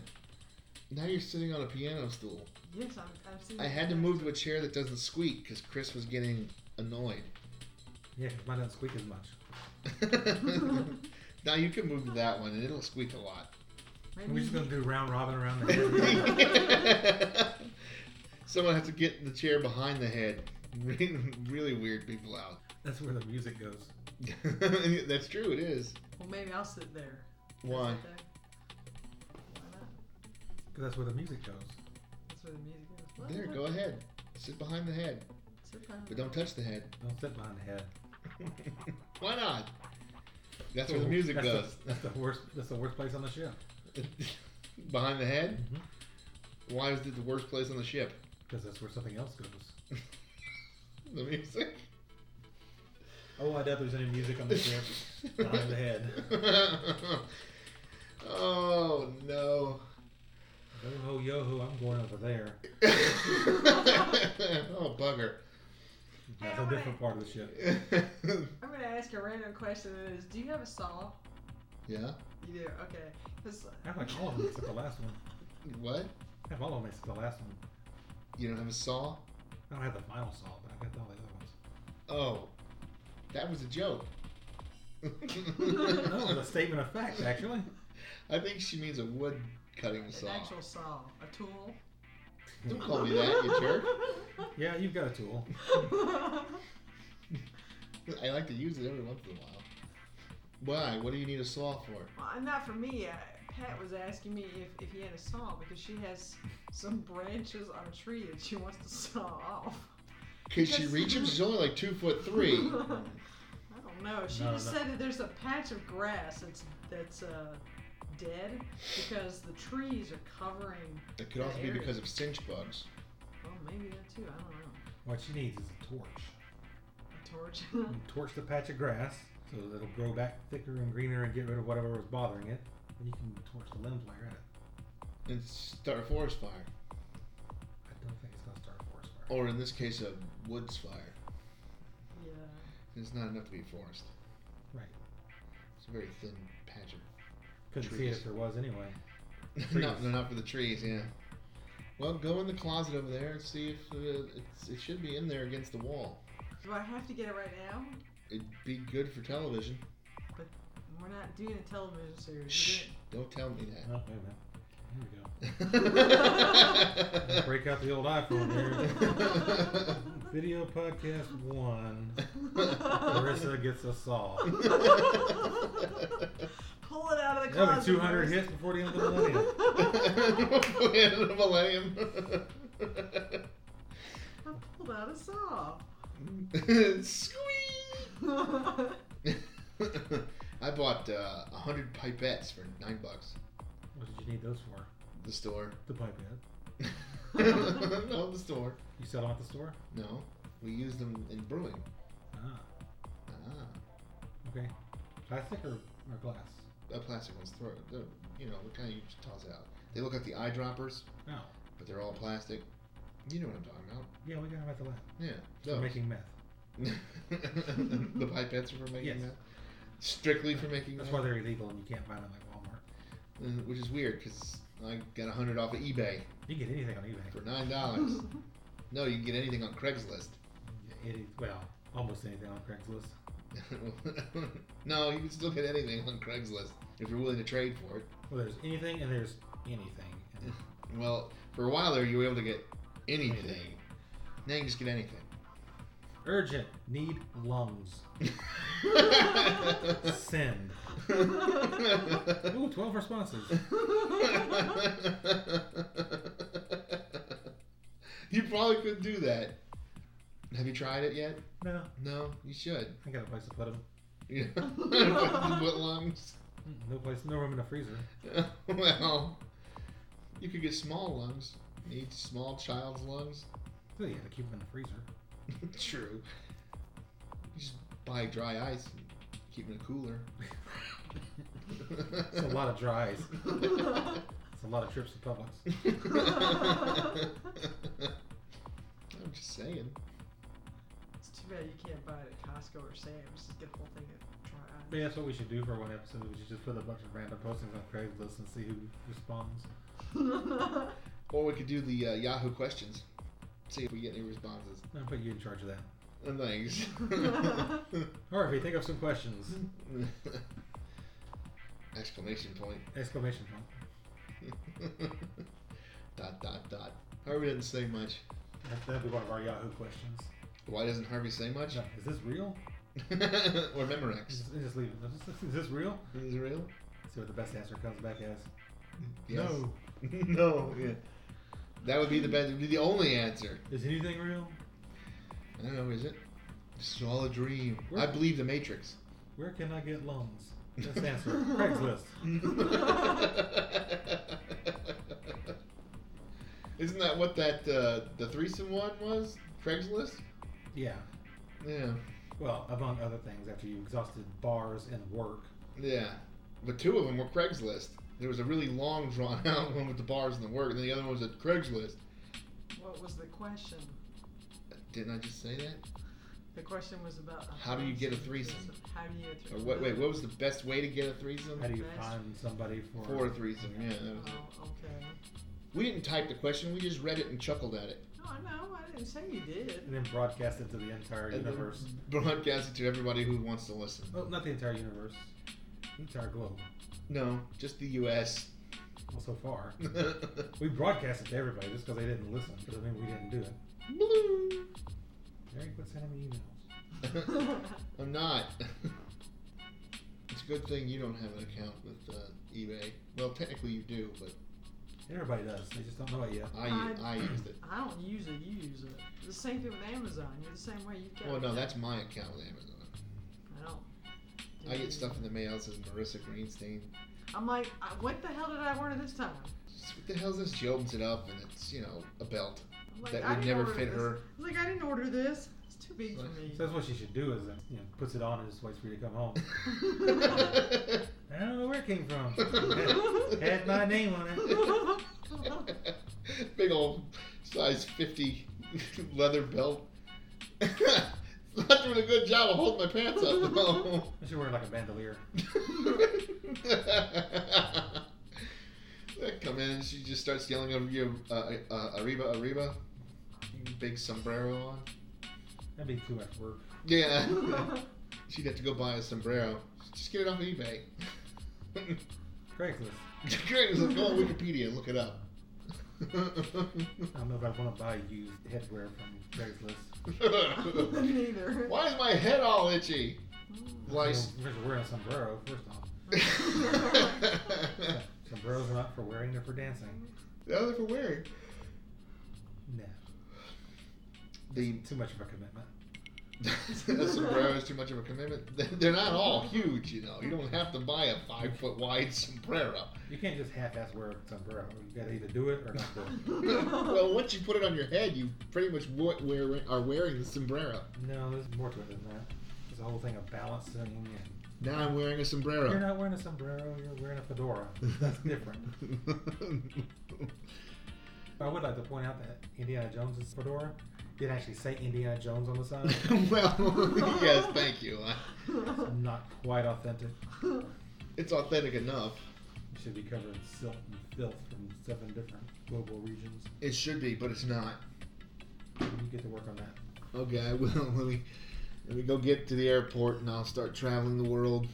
Speaker 1: Now you're sitting on a piano stool.
Speaker 3: Yes, I'm, I've seen
Speaker 1: I
Speaker 3: that.
Speaker 1: had to move to a chair that doesn't squeak because Chris was getting annoyed.
Speaker 2: <laughs>
Speaker 1: <laughs>
Speaker 2: Yeah, 'cause mine doesn't squeak as much.
Speaker 3: <laughs>
Speaker 1: <laughs> now you can move to that one and it'll squeak a lot.
Speaker 3: Maybe
Speaker 2: We're just gonna do round robin around
Speaker 1: <laughs>
Speaker 2: the head.
Speaker 1: Someone has to get the chair behind the head. <laughs> Really, really weird people out. <laughs>
Speaker 2: That's where the music goes.
Speaker 1: That's true. It is.
Speaker 3: Well, maybe I'll sit there.
Speaker 1: Why?
Speaker 3: Sit there. Why not?
Speaker 2: Cause that's where the music goes.
Speaker 3: That's where the music goes. Why
Speaker 1: There,
Speaker 3: not?
Speaker 1: go ahead. Sit behind the head,
Speaker 3: Sit down.
Speaker 1: but don't touch the head. <laughs>
Speaker 2: Don't sit behind the head.
Speaker 1: Why not? That's where the music
Speaker 2: that's
Speaker 1: goes.
Speaker 2: The, <laughs> that's the worst. That's the worst place on the ship.
Speaker 1: <laughs> behind the head.
Speaker 2: Mhm.
Speaker 1: Why is it the worst place on the ship? <laughs>
Speaker 2: Because that's where something else goes.
Speaker 1: The music.
Speaker 2: Oh, I doubt there's any music on the <laughs> ship. behind the head.
Speaker 1: <laughs> oh no.
Speaker 2: Yo ho, yo ho! Oh, I'm going over there.
Speaker 1: <laughs> oh bugger. <laughs>
Speaker 3: Hey,
Speaker 2: That's
Speaker 3: I
Speaker 2: a
Speaker 3: wanna-
Speaker 2: different part of the ship.
Speaker 3: I'm gonna ask a random question. and It is, do you have a saw?
Speaker 1: yeah.
Speaker 3: You do. Okay. 'Cause-
Speaker 2: I have like all of them except the last one.
Speaker 1: What?
Speaker 2: I have all of them except the last one.
Speaker 1: You don't have a saw?
Speaker 2: I don't have the final saw, but I got all the other ones.
Speaker 1: Oh, that was a joke.
Speaker 2: No, it's a statement of fact, actually.
Speaker 1: I think she means a wood cutting
Speaker 3: an
Speaker 1: saw.
Speaker 3: actual saw, a tool.
Speaker 1: Don't call me that, you jerk.
Speaker 2: Yeah, you've got a tool.
Speaker 1: I like to use it every once in a while. Why? What do you need a saw for?
Speaker 3: <laughs> Well, and not for me. I, Pat was asking me if, if he had a saw because she has some branches on a tree that she wants to saw off.
Speaker 1: Could she
Speaker 3: Because-
Speaker 1: reach him? She's only like two foot
Speaker 3: <laughs>
Speaker 1: three.
Speaker 3: I don't know. She
Speaker 2: No,
Speaker 3: just
Speaker 2: no.
Speaker 3: said that there's a patch of grass that's that's uh, dead because the trees are covering.
Speaker 1: That could also be because of cinch bugs.
Speaker 3: Well, maybe that too. I don't know.
Speaker 2: What she needs is a torch.
Speaker 3: A torch. <laughs>
Speaker 2: You torch the patch of grass so that it'll grow back thicker and greener and get rid of whatever was bothering it. And you can torch the limbs while you're at it.
Speaker 1: And start a forest fire.
Speaker 2: I don't think it's gonna start a forest fire.
Speaker 1: Or in this case, a woods fire.
Speaker 3: yeah.
Speaker 1: It's not enough to be a forest.
Speaker 2: Right.
Speaker 1: It's a very thin patch of <laughs>
Speaker 2: Couldn't see it
Speaker 1: Trees.
Speaker 2: if there was anyway.
Speaker 1: no,
Speaker 2: Trees.
Speaker 1: no, not for the trees. Yeah. Well, go in the closet over there and see if uh, it's, it should be in there against the wall.
Speaker 3: Do I have to get it right now?
Speaker 1: It'd be good for television.
Speaker 3: We're not doing a television series.
Speaker 1: Shh!
Speaker 3: We're
Speaker 1: Don't tell me
Speaker 2: Oh, wait a minute. Here we go. <laughs>
Speaker 1: that.
Speaker 2: Break out the old iPhone here. Video podcast one. <laughs>
Speaker 1: <laughs>
Speaker 2: Marissa gets a saw.
Speaker 3: doing- Pull it out
Speaker 2: That'll be
Speaker 3: of <laughs> the closet.
Speaker 2: 200
Speaker 3: Bruce.
Speaker 2: hits before the end of the millennium.
Speaker 1: Plan of the millennium. <laughs>
Speaker 3: <laughs> I pulled out a saw.
Speaker 1: <laughs>
Speaker 2: <laughs>
Speaker 1: Squeak! <laughs> I bought uh, a hundred pipettes for nine bucks.
Speaker 2: What did you need those for?
Speaker 1: at The
Speaker 2: <laughs>
Speaker 1: store.
Speaker 2: The pipe head.
Speaker 1: no, the store.
Speaker 2: You sell them at the store?
Speaker 1: No, we use them in brewing.
Speaker 2: Ah,
Speaker 1: Ah.
Speaker 2: okay. Plastic or, or glass?
Speaker 1: a plastic one's throw they're, you know the kind you just toss out they look like the eyedroppers
Speaker 2: No.
Speaker 1: but they're all plastic you know what i'm talking about
Speaker 2: Oh. Yeah, we got them at the lab.
Speaker 1: yeah
Speaker 2: For
Speaker 1: those.
Speaker 2: making meth.
Speaker 1: <laughs> the pipettes are for making
Speaker 2: Yes.
Speaker 1: that strictly for making
Speaker 2: That's why
Speaker 1: that
Speaker 2: they're illegal and you can't find them at Walmart.
Speaker 1: Uh, which is weird because i got a hundred off of ebay
Speaker 2: You can get anything on eBay.
Speaker 1: for nine dollars
Speaker 2: <laughs>
Speaker 1: no you can get anything on craigslist
Speaker 2: It is, well, almost anything on Craigslist.
Speaker 1: <laughs> no, you can still get anything on Craigslist if you're willing to trade for it.
Speaker 2: <laughs> Well, there's anything and there's anything.
Speaker 1: <laughs>
Speaker 2: And
Speaker 1: Well, for a while there, you were able to get anything. Now you can just get anything. <laughs>
Speaker 2: urgent, need lungs.
Speaker 1: <laughs>
Speaker 2: Send. Ooh, 12 responses.
Speaker 1: you probably could do that. Have you tried it yet?
Speaker 2: No,
Speaker 1: No, you should. <laughs>
Speaker 2: I got a place to put them.
Speaker 1: You know, what lungs? <laughs>
Speaker 2: No place, no room in the freezer.
Speaker 1: well, you could get small lungs. Need small child's lungs.
Speaker 2: So you gotta keep them in the
Speaker 1: <laughs>
Speaker 2: freezer. <laughs>
Speaker 1: True. You just buy dry ice and keep it in a cooler.
Speaker 2: It's a lot of dries.
Speaker 3: <laughs>
Speaker 2: <laughs> It's a lot of trips to Publix.
Speaker 1: <laughs> I'm just saying.
Speaker 3: It's too bad you can't buy it at Costco or Sam's. Just get a whole thing at try out.
Speaker 2: Maybe that's what we should do for one episode. We should just put a bunch of random postings on Craigslist and see who responds.
Speaker 1: Or we could do the uh, Yahoo questions. See if we get any responses. <laughs>
Speaker 2: I'll put you in charge of that.
Speaker 1: Uh, Thanks. <laughs>
Speaker 2: Or if you think of some questions,
Speaker 1: Exclamation point. <laughs>
Speaker 2: exclamation point.
Speaker 1: dot dot dot. Harvey doesn't say much.
Speaker 2: That- That'd be one of our Yahoo questions.
Speaker 1: Why doesn't Harvey say much?
Speaker 2: Yeah, Is this real?
Speaker 1: <laughs> or Memorex.
Speaker 2: Just, just leave it. Is this real?
Speaker 1: Is it real?
Speaker 2: See what the best answer comes back as.
Speaker 1: Yes.
Speaker 2: Mm-hmm.
Speaker 1: <laughs>
Speaker 2: No.
Speaker 1: no. Yeah. That would be the best. Be the only answer.
Speaker 2: Is anything real?
Speaker 1: I don't know. Is it? This is all a dream.
Speaker 2: Where-
Speaker 1: I believe the Matrix.
Speaker 2: Where can I get lungs? That's the <laughs> answer. Craigslist.
Speaker 1: Isn't that what that uh, the threesome one was? Craigslist?
Speaker 2: Yeah.
Speaker 1: Yeah,
Speaker 2: Well, among other things, after you exhausted bars and work.
Speaker 1: yeah. But two of them were Craigslist. There was a really long, drawn <laughs> out one with the bars and the work, and then the other one was a Craigslist.
Speaker 3: <laughs> What was the question?
Speaker 1: Didn't I just say that?
Speaker 3: The question was about a
Speaker 1: How do you get a threesome?
Speaker 3: How do you get a
Speaker 1: Or
Speaker 3: threesome?
Speaker 1: what? Wait, what was the best way to get a threesome?
Speaker 2: How do you
Speaker 3: Best.
Speaker 2: find somebody for?
Speaker 1: For a threesome, yeah. That was it.
Speaker 3: Oh, okay.
Speaker 1: We didn't type the question. We just read it and chuckled at it.
Speaker 3: No, no, I didn't say you did.
Speaker 2: And then broadcast it to the entire
Speaker 1: And then
Speaker 2: universe.
Speaker 1: Broadcast it to everybody who wants to listen.
Speaker 2: Well, not the entire universe. The entire globe.
Speaker 1: No, just the U.S.
Speaker 2: Well, so
Speaker 1: <laughs>
Speaker 2: far. <laughs> We broadcast it to everybody just because they didn't listen. Doesn't mean we didn't do it. <laughs>
Speaker 1: Blue.
Speaker 2: Jerry, quit sending me emails.
Speaker 1: I'm not. it's a good thing you don't have an account with uh, eBay. Well, technically you do, but
Speaker 2: Everybody does. They just don't know it yet.
Speaker 1: <laughs>
Speaker 3: <laughs>
Speaker 1: I
Speaker 3: I-
Speaker 1: I used it.
Speaker 3: I don't use it. You use it. The same thing with Amazon. You're the same way. You got.
Speaker 1: Well, no, that's my account with Amazon.
Speaker 3: I don't. do
Speaker 1: I
Speaker 3: it.
Speaker 1: get stuff in the mail that says Marissa Greenstein.
Speaker 3: I'm like, I- what the hell did I order this time?
Speaker 1: Just, what the hell is this? She opens it up and it's you know a
Speaker 2: <laughs>
Speaker 1: belt
Speaker 3: I'm like,
Speaker 1: that
Speaker 3: I
Speaker 1: would
Speaker 3: didn't
Speaker 1: never
Speaker 3: order
Speaker 1: fit
Speaker 3: this.
Speaker 1: her.
Speaker 3: I was like, I didn't order this. It's too big for me.
Speaker 2: So that's what she should do is, uh, you know, puts it on and just waits for you to come
Speaker 1: <laughs>
Speaker 2: home. I don't know where it came from. had, had my name on it.
Speaker 1: <laughs> Big old size 50 <laughs> leather belt. <laughs> Not doing a good job of holding my pants up though. <laughs>
Speaker 2: I should wear like a bandolier.
Speaker 1: They Come in, she just starts yelling over you, uh, uh, Arriba, Arriba. You Big sombrero on.
Speaker 2: That'd be too much work.
Speaker 1: Yeah. <laughs> She'd have to go buy a sombrero. Just get it off eBay. <laughs>
Speaker 2: Craigslist.
Speaker 1: Great, so go on Wikipedia and look it up.
Speaker 2: I don't know if I want to buy used headwear from Craigslist.
Speaker 3: Neither.
Speaker 1: Why is my head all itchy? Lice.
Speaker 2: Well, We're wearing a sombrero, first off. Yeah,
Speaker 1: They're
Speaker 2: Sombreros are not for wearing, they're for dancing.
Speaker 1: for wearing.
Speaker 2: No.
Speaker 1: The <laughs>
Speaker 2: Too much of a commitment.
Speaker 1: a sombrero is too much of a commitment. They're not all huge, you know. You don't have to buy a five foot wide sombrero.
Speaker 2: You can't just half-ass wear a sombrero. You gotta either do it or not do it. <laughs>
Speaker 1: well, once you put it on your head, you pretty much wa- wear, are wearing the sombrero.
Speaker 2: No, there's more to it than that. There's a whole thing of balancing. And
Speaker 1: Now I'm wearing a sombrero.
Speaker 2: you're not wearing a sombrero. You're wearing a fedora.
Speaker 1: <laughs>
Speaker 2: That's different. <laughs> I would like to point out that Indiana Jones's fedora did actually say Indiana Jones on the side.
Speaker 1: <laughs> well, yes, thank you. I-
Speaker 2: It's not quite authentic.
Speaker 1: It's authentic enough.
Speaker 2: It should be covered in silk and filth from seven different global regions.
Speaker 1: It should be, but it's not.
Speaker 2: You get to work on that.
Speaker 1: Okay, well, <laughs> let me Let me go get to the airport and I'll start traveling the world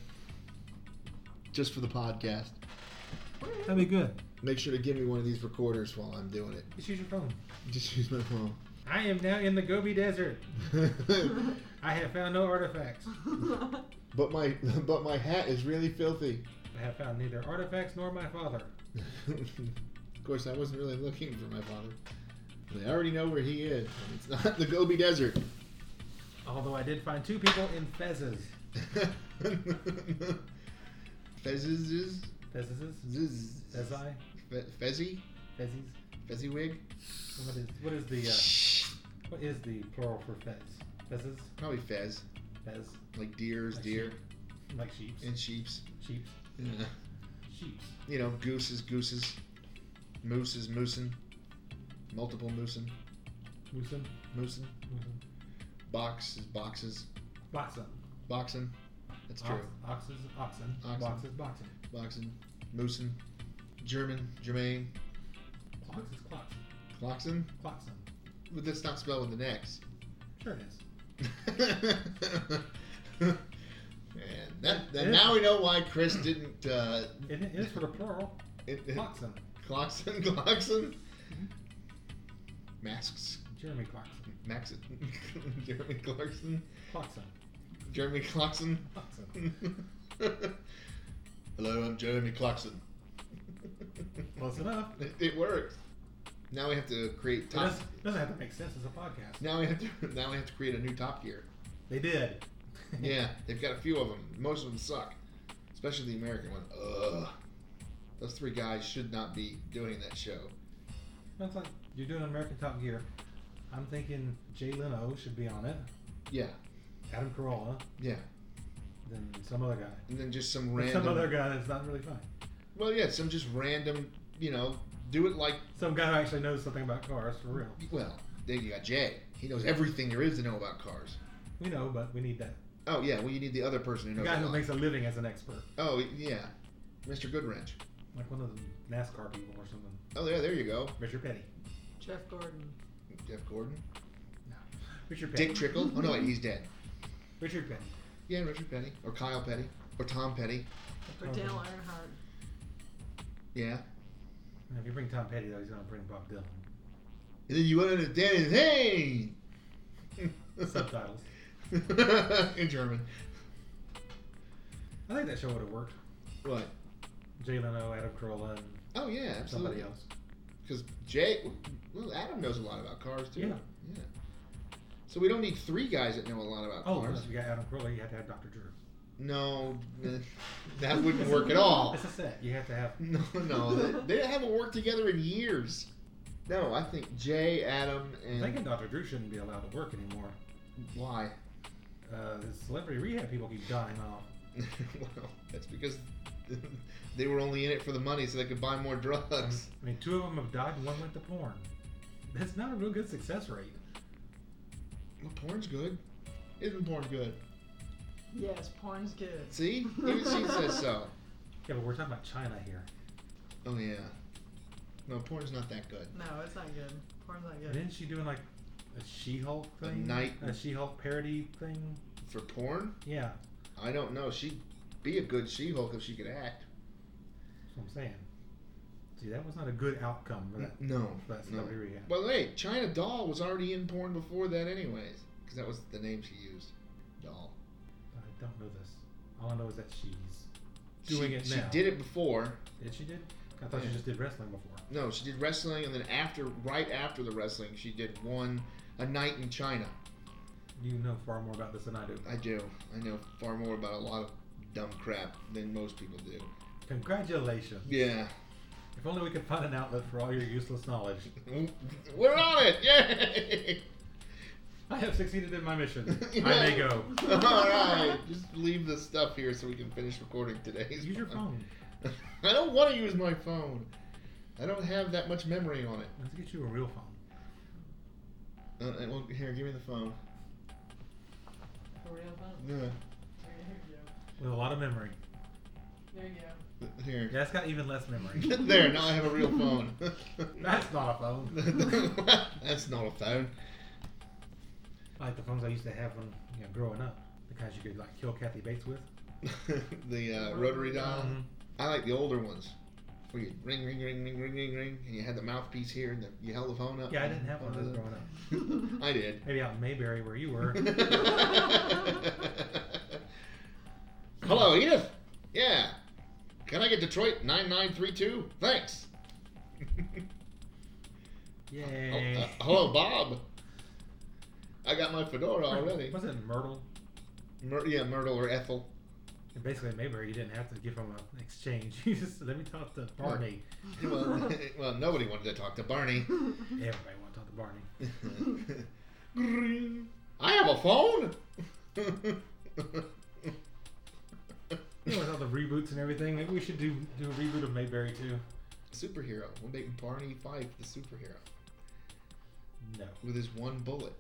Speaker 1: just for the podcast.
Speaker 2: That'd be good.
Speaker 1: Make sure to give me one of these recorders while I'm doing it. <laughs>
Speaker 2: Just use your phone.
Speaker 1: Just use my phone. <laughs>
Speaker 2: I am now in the Gobi Desert. I have found no artifacts.
Speaker 1: but my <laughs> but my hat is really filthy. <laughs>
Speaker 2: I have found neither artifacts nor my father.
Speaker 1: of course, I wasn't really looking for my father. But I already know where he is. and It's not the Gobi Desert.
Speaker 2: Although I did find two people in fezzes.
Speaker 1: <laughs> Fezzes?
Speaker 2: Fezzes? Fezzi?
Speaker 1: Fe- Fezzy?
Speaker 2: Fezzies?
Speaker 1: Fezziwig?
Speaker 2: What is what is the uh, what is the plural for fez? Fezzes?
Speaker 1: Probably Fez.
Speaker 2: Fez?
Speaker 1: Like deers,
Speaker 2: Like
Speaker 1: deer,
Speaker 2: Like sheeps?
Speaker 1: and sheeps.
Speaker 2: Sheeps?
Speaker 1: Yeah.
Speaker 2: Sheeps.
Speaker 1: You know, goose is gooses. Moose is moosin. Multiple moosin.
Speaker 2: Moosin?
Speaker 1: Moosin.
Speaker 2: Moosin?
Speaker 1: Box is boxes.
Speaker 2: Boxen.
Speaker 1: Boxing. That's
Speaker 2: Ah.
Speaker 1: true.
Speaker 2: Ox, oxes, oxen.
Speaker 1: Oxen.
Speaker 2: Boxes, boxen.
Speaker 1: Boxing. Moosin. German. Germain.
Speaker 2: Clocks is clocks.
Speaker 1: Cloxin.
Speaker 2: Clockson.
Speaker 1: But that's not spelled with an X.
Speaker 2: Sure it is.
Speaker 1: <laughs> and that, that now we know why Chris didn't uh,
Speaker 2: It it is for the plural.
Speaker 1: it, it, Mm-hmm.
Speaker 2: Clockson.
Speaker 1: Cloxon, Cloxon,
Speaker 2: Mm-hmm.
Speaker 1: masks,
Speaker 2: Jeremy Clockson.
Speaker 1: Max, <laughs> Jeremy Clarkson,
Speaker 2: Clockson.
Speaker 1: Jeremy Clarkson.
Speaker 2: Clockson.
Speaker 1: <laughs> Hello, I'm Jeremy Clarkson.
Speaker 2: <laughs> Close enough.
Speaker 1: It, it works. Now we have to create
Speaker 2: It
Speaker 1: top.
Speaker 2: doesn't, doesn't have to make sense as a podcast.
Speaker 1: Now we have to. <laughs> Now we have to create a new Top Gear.
Speaker 2: They did. <laughs>
Speaker 1: Yeah, they've got a few of them. Most of them suck, especially the American one. Ugh. Those three guys should not be doing that show.
Speaker 2: That's like you're doing American Top Gear. I'm thinking Jay Leno should be on it.
Speaker 1: Yeah,
Speaker 2: Adam Carolla.
Speaker 1: yeah.
Speaker 2: Then some other guy.
Speaker 1: And then just some
Speaker 2: But
Speaker 1: random.
Speaker 2: Some other guy that's not really funny.
Speaker 1: Well, yeah, some just random. You know, do it like
Speaker 2: Some guy who actually knows something about cars for real.
Speaker 1: well. Then you got Jay. He knows everything there is to know about cars.
Speaker 2: We know, but we need that.
Speaker 1: Oh yeah, well you need the other person who
Speaker 2: The
Speaker 1: knows.
Speaker 2: guy
Speaker 1: a
Speaker 2: who
Speaker 1: lot.
Speaker 2: makes a living as an expert.
Speaker 1: Oh yeah, Mr. Goodwrench.
Speaker 2: Like one of the NASCAR people or something.
Speaker 1: Oh yeah, there you go.
Speaker 2: Richard Petty.
Speaker 3: Jeff Gordon.
Speaker 1: Jeff Gordon.
Speaker 2: Richard Petty.
Speaker 1: Dick Trickle. Oh no, wait, he's dead.
Speaker 2: Richard Petty.
Speaker 1: Yeah, Richard Petty or Kyle Petty or Tom Petty.
Speaker 3: Or Dale Earnhardt.
Speaker 1: Yeah.
Speaker 2: And if you bring Tom Petty, though, he's going to bring Bob Dylan.
Speaker 1: And then you went into Danny's hey.
Speaker 2: Subtitles.
Speaker 1: <laughs> in German.
Speaker 2: I think that show would have worked.
Speaker 1: What?
Speaker 2: Jay Leno, Adam Carolla, and
Speaker 1: Oh yeah, absolutely.
Speaker 2: somebody else.
Speaker 1: Because Jay, well, Adam knows a lot about cars too.
Speaker 2: Yeah.
Speaker 1: Yeah. So we don't need three guys that know a lot about
Speaker 2: Oh,
Speaker 1: cars.
Speaker 2: if you got Adam Carolla, you have to have Dr. Drew.
Speaker 1: No, <laughs> th- that wouldn't work at all.
Speaker 2: It's a set. You have to have.
Speaker 1: <laughs> No, no, they, they haven't worked together in years. No, I think Jay, Adam,
Speaker 2: I'm
Speaker 1: and
Speaker 2: Thinking Dr. Drew shouldn't be allowed to work anymore.
Speaker 1: why?
Speaker 2: Uh, the celebrity rehab people keep dying off.
Speaker 1: <laughs> well, that's because <laughs> they were only in it for the money, so they could buy more drugs.
Speaker 2: I mean, two of them have died and one went to porn. That's not a real good success rate.
Speaker 1: Well, porn's good. Isn't porn good?
Speaker 3: Yes, porn's good.
Speaker 1: See,
Speaker 3: <laughs>
Speaker 1: even she says <laughs> so.
Speaker 2: Yeah, but we're talking about China here.
Speaker 1: Oh yeah. No, porn's not that good.
Speaker 3: No, it's not good. Porn's not
Speaker 2: And
Speaker 3: good.
Speaker 2: isn't she doing like a She Hulk
Speaker 1: A
Speaker 2: thing?
Speaker 1: night-
Speaker 2: A She Hulk parody thing?
Speaker 1: For porn,
Speaker 2: Yeah,
Speaker 1: I don't know. She'd be a good She-Hulk if she could act.
Speaker 2: that's what I'm saying. See, that was not a good outcome for that,
Speaker 1: No,
Speaker 2: for that
Speaker 1: no.
Speaker 2: celebrity rehab.
Speaker 1: Well, hey, China Doll was already in porn before that, anyways, because that was the name she used. Doll.
Speaker 2: But I don't know this. All I know is that she's doing
Speaker 1: she,
Speaker 2: it
Speaker 1: She
Speaker 2: now.
Speaker 1: did it before.
Speaker 2: Did she did? I thought she
Speaker 1: Yeah.
Speaker 2: just did wrestling before.
Speaker 1: No, she did wrestling, and then after, right after the wrestling, she did one a night in China.
Speaker 2: You know far more about this than I do.
Speaker 1: I do. I know far more about a lot of dumb crap than most people do.
Speaker 2: Congratulations.
Speaker 1: Yeah, <laughs>
Speaker 2: If only we could find an outlet for all your useless knowledge.
Speaker 1: we're on it! Yay!
Speaker 2: I have succeeded in my mission.
Speaker 1: <laughs> Yeah.
Speaker 2: I may go.
Speaker 1: All right, just leave this stuff here so we can finish recording today.
Speaker 2: Use your phone.
Speaker 1: <laughs> I don't want to use my phone. I don't have that much memory on it.
Speaker 2: Let's get you a real phone.
Speaker 1: Uh, uh, well, here, give me the phone. Uh,
Speaker 3: For real phone.
Speaker 1: Yeah.
Speaker 2: With a lot of memory.
Speaker 3: There you go.
Speaker 1: Here.
Speaker 2: Yeah, it's got even less memory.
Speaker 1: <laughs> there, now I have a real phone. <laughs>
Speaker 2: That's not a phone.
Speaker 1: That's not a phone.
Speaker 2: like the phones I used to have when you know, growing up, the kinds you could like kill Kathy Bates with.
Speaker 1: <laughs> the uh, rotary dial.
Speaker 2: Mm-hmm.
Speaker 1: I like the older ones. Where you ring, ring, ring, ring, ring, ring, ring, and you had the mouthpiece here, and the, you held the phone up.
Speaker 2: Yeah, I didn't have one of those
Speaker 1: <laughs>
Speaker 2: growing up.
Speaker 1: growing up. I did.
Speaker 2: Maybe out in Mayberry where you were.
Speaker 1: <laughs> Hello, Edith. Yeah. Can I get Detroit 9932? Thanks. <laughs> Oh,
Speaker 2: Yay.
Speaker 1: uh, hello, Bob. I got my fedora already.
Speaker 2: Was it Myrtle?
Speaker 1: Myr- yeah, Myrtle or Ethel.
Speaker 2: And basically, in Mayberry, you didn't have to give them an exchange. <laughs> You just said, let me talk to Barney.
Speaker 3: <laughs>
Speaker 1: Well, <laughs> well, nobody wanted to talk to Barney. <laughs>
Speaker 2: Everybody want to talk to Barney.
Speaker 1: I have a phone.
Speaker 2: You know, with all the reboots and everything, maybe we should do do a reboot of Mayberry too.
Speaker 1: <laughs> superhero. We'll make Barney Fife the superhero
Speaker 2: No,
Speaker 1: with his one
Speaker 2: <laughs>
Speaker 1: bullet.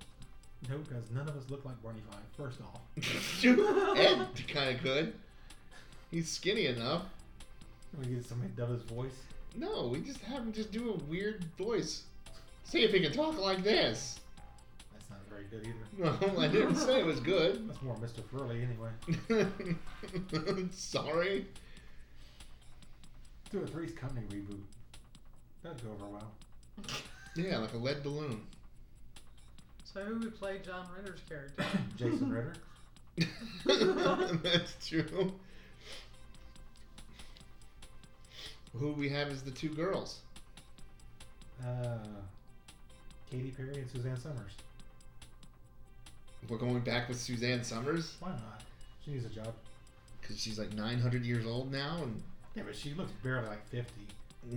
Speaker 2: no, because none of us look like Barney Fife. First off,
Speaker 1: Ed kind of could. He's skinny enough.
Speaker 2: we get somebody to dub his voice.
Speaker 1: No, we just have him just do a weird voice. See if he can talk like this.
Speaker 2: That's not very good either.
Speaker 1: No, <laughs> I didn't say it was good. <laughs>
Speaker 2: That's more Mr. Furley anyway.
Speaker 1: Sorry.
Speaker 2: Do a Three's Company reboot. That'd go over well.
Speaker 1: Yeah, like a lead balloon. <laughs>
Speaker 3: So who would play John Ritter's character?
Speaker 2: Jason
Speaker 3: <laughs>
Speaker 2: Ritter.
Speaker 1: That's true. Who we have is the two girls.
Speaker 2: Uh, Katy Perry and Suzanne Summers.
Speaker 1: We're going back with Suzanne Summers
Speaker 2: Why not? She needs a job.
Speaker 1: because she's like 900 years old now, and
Speaker 2: Yeah, but she looks barely like 50.
Speaker 1: if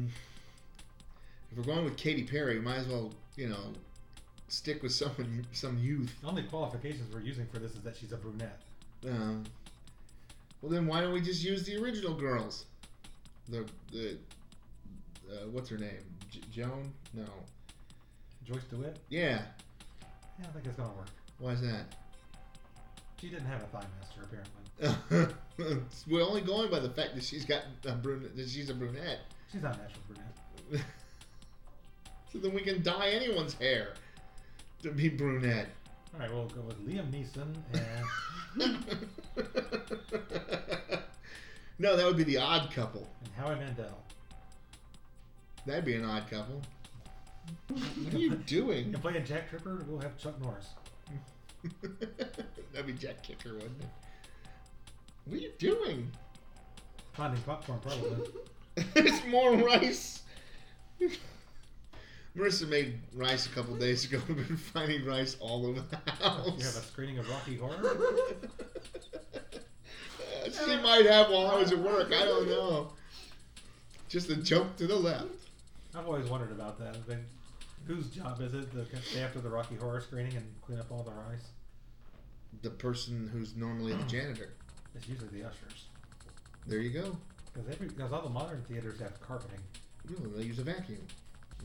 Speaker 1: we're going with Katy Perry, we might as well, you know, stick with someone, some youth.
Speaker 2: The only qualifications we're using for this is that she's a brunette.
Speaker 1: Um, well, then why don't we just use the original girls? The the uh, what's her name? J- Joan? No.
Speaker 2: Joyce DeWitt?
Speaker 1: Yeah.
Speaker 2: Yeah, I think it's gonna work.
Speaker 1: Why is that?
Speaker 2: She didn't have a thigh master apparently.
Speaker 1: <laughs> We're only going by the fact that she's got a brunette. That she's a brunette. <laughs>
Speaker 2: She's not a natural brunette.
Speaker 1: so then we can dye anyone's hair to be brunette.
Speaker 2: All right, we'll go with Liam Neeson
Speaker 1: <laughs>
Speaker 2: and
Speaker 1: no, that would be the odd couple.
Speaker 2: and Howie Mandel.
Speaker 1: That'd be an odd couple. What are you doing?
Speaker 2: And playing Jack Tripper, we'll have Chuck Norris.
Speaker 1: <laughs> That'd be Jack Kicker, wouldn't it? What are you doing?
Speaker 2: Finding popcorn probably.
Speaker 1: <laughs> There's more rice. Marissa made rice a couple days ago. We've been finding rice all over the house.
Speaker 2: you have a screening of Rocky
Speaker 1: <laughs>
Speaker 2: Horror.
Speaker 1: Uh, <laughs> she might have while I was at work. I don't know. Just a jump to the left.
Speaker 2: I've always wondered about that. They, whose job is it to stay after the Rocky Horror screening and clean up all the rice?
Speaker 1: The person who's normally the janitor.
Speaker 2: It's usually the ushers
Speaker 1: There you go.
Speaker 2: because every because all the modern theaters have carpeting.
Speaker 1: Ooh, they use a vacuum.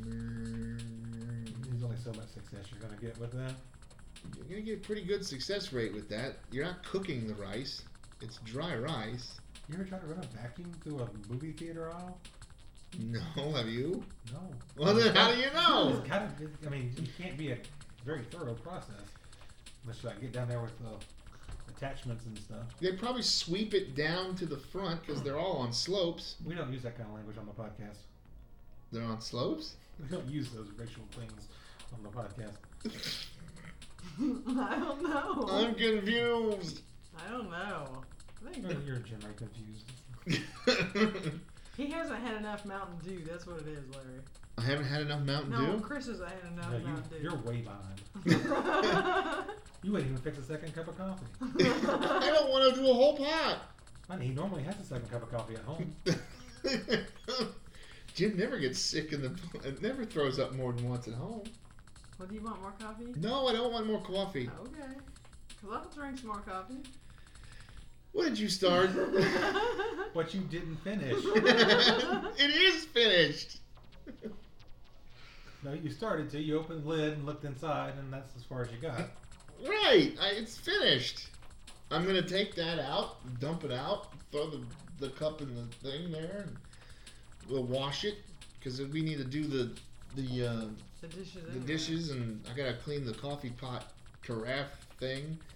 Speaker 1: Mm-hmm.
Speaker 2: There's only so much success you're gonna get with that.
Speaker 1: You're gonna get a pretty good success rate with that. You're not cooking the rice. It's dry rice.
Speaker 2: You ever try to run a vacuum through a movie theater aisle?
Speaker 1: No, <laughs> have you?
Speaker 2: No.
Speaker 1: Well, then how do you know?
Speaker 2: It's kind of, I mean, it can't be a very thorough process. Unless you like get down there with the attachments and stuff.
Speaker 1: They probably sweep it down to the front because they're all on slopes.
Speaker 2: We don't use that kind of language on the podcast.
Speaker 1: They're on slopes. <laughs>
Speaker 2: We don't use those racial things on the podcast.
Speaker 3: I don't know.
Speaker 1: I'm confused. <laughs>
Speaker 3: I don't know. I think
Speaker 2: You're generally confused.
Speaker 1: I
Speaker 3: he hasn't had enough Mountain Dew. That's what it is, Larry.
Speaker 1: haven't had enough Mountain
Speaker 3: No,
Speaker 1: Dew.
Speaker 3: Chris has had enough
Speaker 2: No,
Speaker 3: Mountain
Speaker 2: you,
Speaker 3: <laughs>
Speaker 2: you're way behind.
Speaker 3: Dew.
Speaker 2: You wouldn't even fix a second cup of coffee.
Speaker 1: <laughs> I
Speaker 3: <laughs>
Speaker 1: don't want to do a whole pot. <laughs>
Speaker 2: Honey, he normally has a second cup of coffee at home.
Speaker 1: Jim never gets sick in the. Never throws up more than once at home.
Speaker 3: well, do you want more coffee?
Speaker 1: No, I don't want more coffee.
Speaker 3: Okay. Because I'll drink some more coffee.
Speaker 1: What did you start?
Speaker 3: <laughs>
Speaker 2: But you didn't <laughs> finish.
Speaker 1: <laughs> it is finished.
Speaker 2: no, you started to. You opened the lid and looked inside, and that's as far as you got.
Speaker 1: Right, I, it's finished. I'm gonna take that out, dump it out, throw the, the cup in the thing there, and we'll wash it because we need to do the the uh,
Speaker 3: the dishes.
Speaker 1: the
Speaker 3: anyway.
Speaker 1: dishes, and I gotta clean the coffee pot giraffe thing.
Speaker 2: <laughs>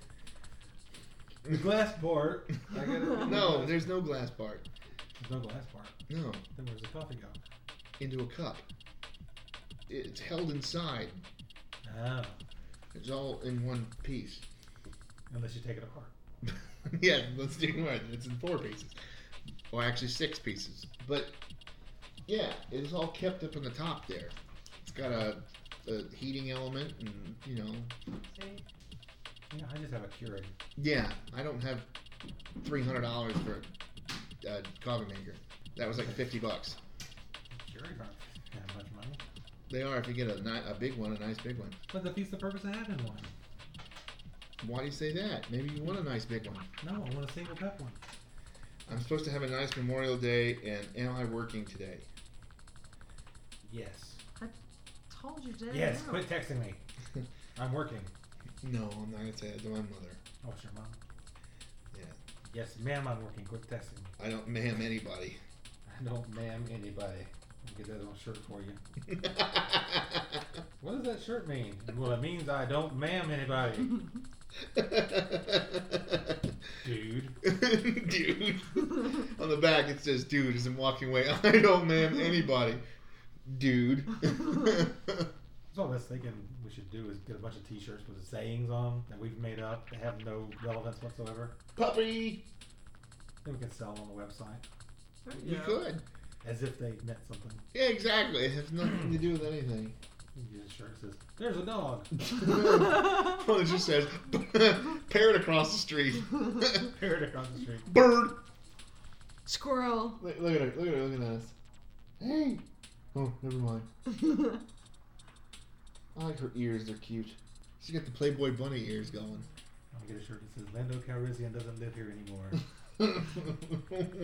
Speaker 2: The glass part. I
Speaker 1: <laughs>
Speaker 2: got
Speaker 1: No, there's no glass part.
Speaker 2: There's no glass part.
Speaker 1: No,
Speaker 2: Then where's the coffee go?
Speaker 1: into a cup. It's held inside.
Speaker 2: Oh,
Speaker 1: It's all in one piece.
Speaker 2: unless you take it apart.
Speaker 1: <laughs> yeah, let's do one. It's in four pieces. Well, actually, six pieces. But yeah, it's all kept up on the top there. It's got a, a heating element, and you know,
Speaker 3: See?
Speaker 2: Yeah, I just have a Keurig.
Speaker 1: yeah, I don't have three hundred dollars for a, a coffee maker. That was like fifty bucks.
Speaker 2: Keurig aren't that much money.
Speaker 1: They are if you get a, ni- a big one, a nice big one.
Speaker 2: But defeats the purpose of having one.
Speaker 1: Why do you say that? Maybe you want a nice big one.
Speaker 2: No, I want a single cup one.
Speaker 1: I'm supposed to have a nice Memorial Day, and am I working today? <laughs>
Speaker 2: Yes.
Speaker 3: Told you, Dad.
Speaker 2: Yes,
Speaker 3: no. <laughs>
Speaker 2: quit texting me. I'm working.
Speaker 1: No, I'm not gonna say that to my mother.
Speaker 2: Oh, it's your mom.
Speaker 1: Yeah,
Speaker 2: Yes, ma'am, I'm working. Quit texting me.
Speaker 1: I don't ma'am anybody.
Speaker 2: I don't ma'am anybody. I'll get that on a shirt for you. What does that shirt mean? Well, it means I don't ma'am <laughs> anybody. Dude.
Speaker 1: dude. On the back it says dude as I'm walking away. <laughs> I don't ma'am anybody. Dude. <laughs>
Speaker 2: So all I was thinking we should do is get a bunch of t-shirts with sayings on 'em that we've made up that have no relevance whatsoever.
Speaker 4: Puppy!
Speaker 2: Then we can sell 'em on the website
Speaker 3: There you
Speaker 1: you
Speaker 3: go. <laughs>
Speaker 1: could. <laughs>
Speaker 2: as if they meant something.
Speaker 1: Yeah, exactly. It has nothing to do with anything.
Speaker 2: You can get a shirt that says, there's a dog. <laughs>
Speaker 1: Well, it just says <laughs> parrot across the street. <laughs>
Speaker 2: Parrot across the street.
Speaker 1: Bird.
Speaker 3: Squirrel. <laughs>
Speaker 1: Look, look at her. Look at her. Look at us. Hey. Oh, never mind. I like her ears. They're cute. She got the Playboy bunny ears going. <laughs>
Speaker 2: I'll get a shirt that says, Lando Calrissian doesn't live here <laughs> anymore.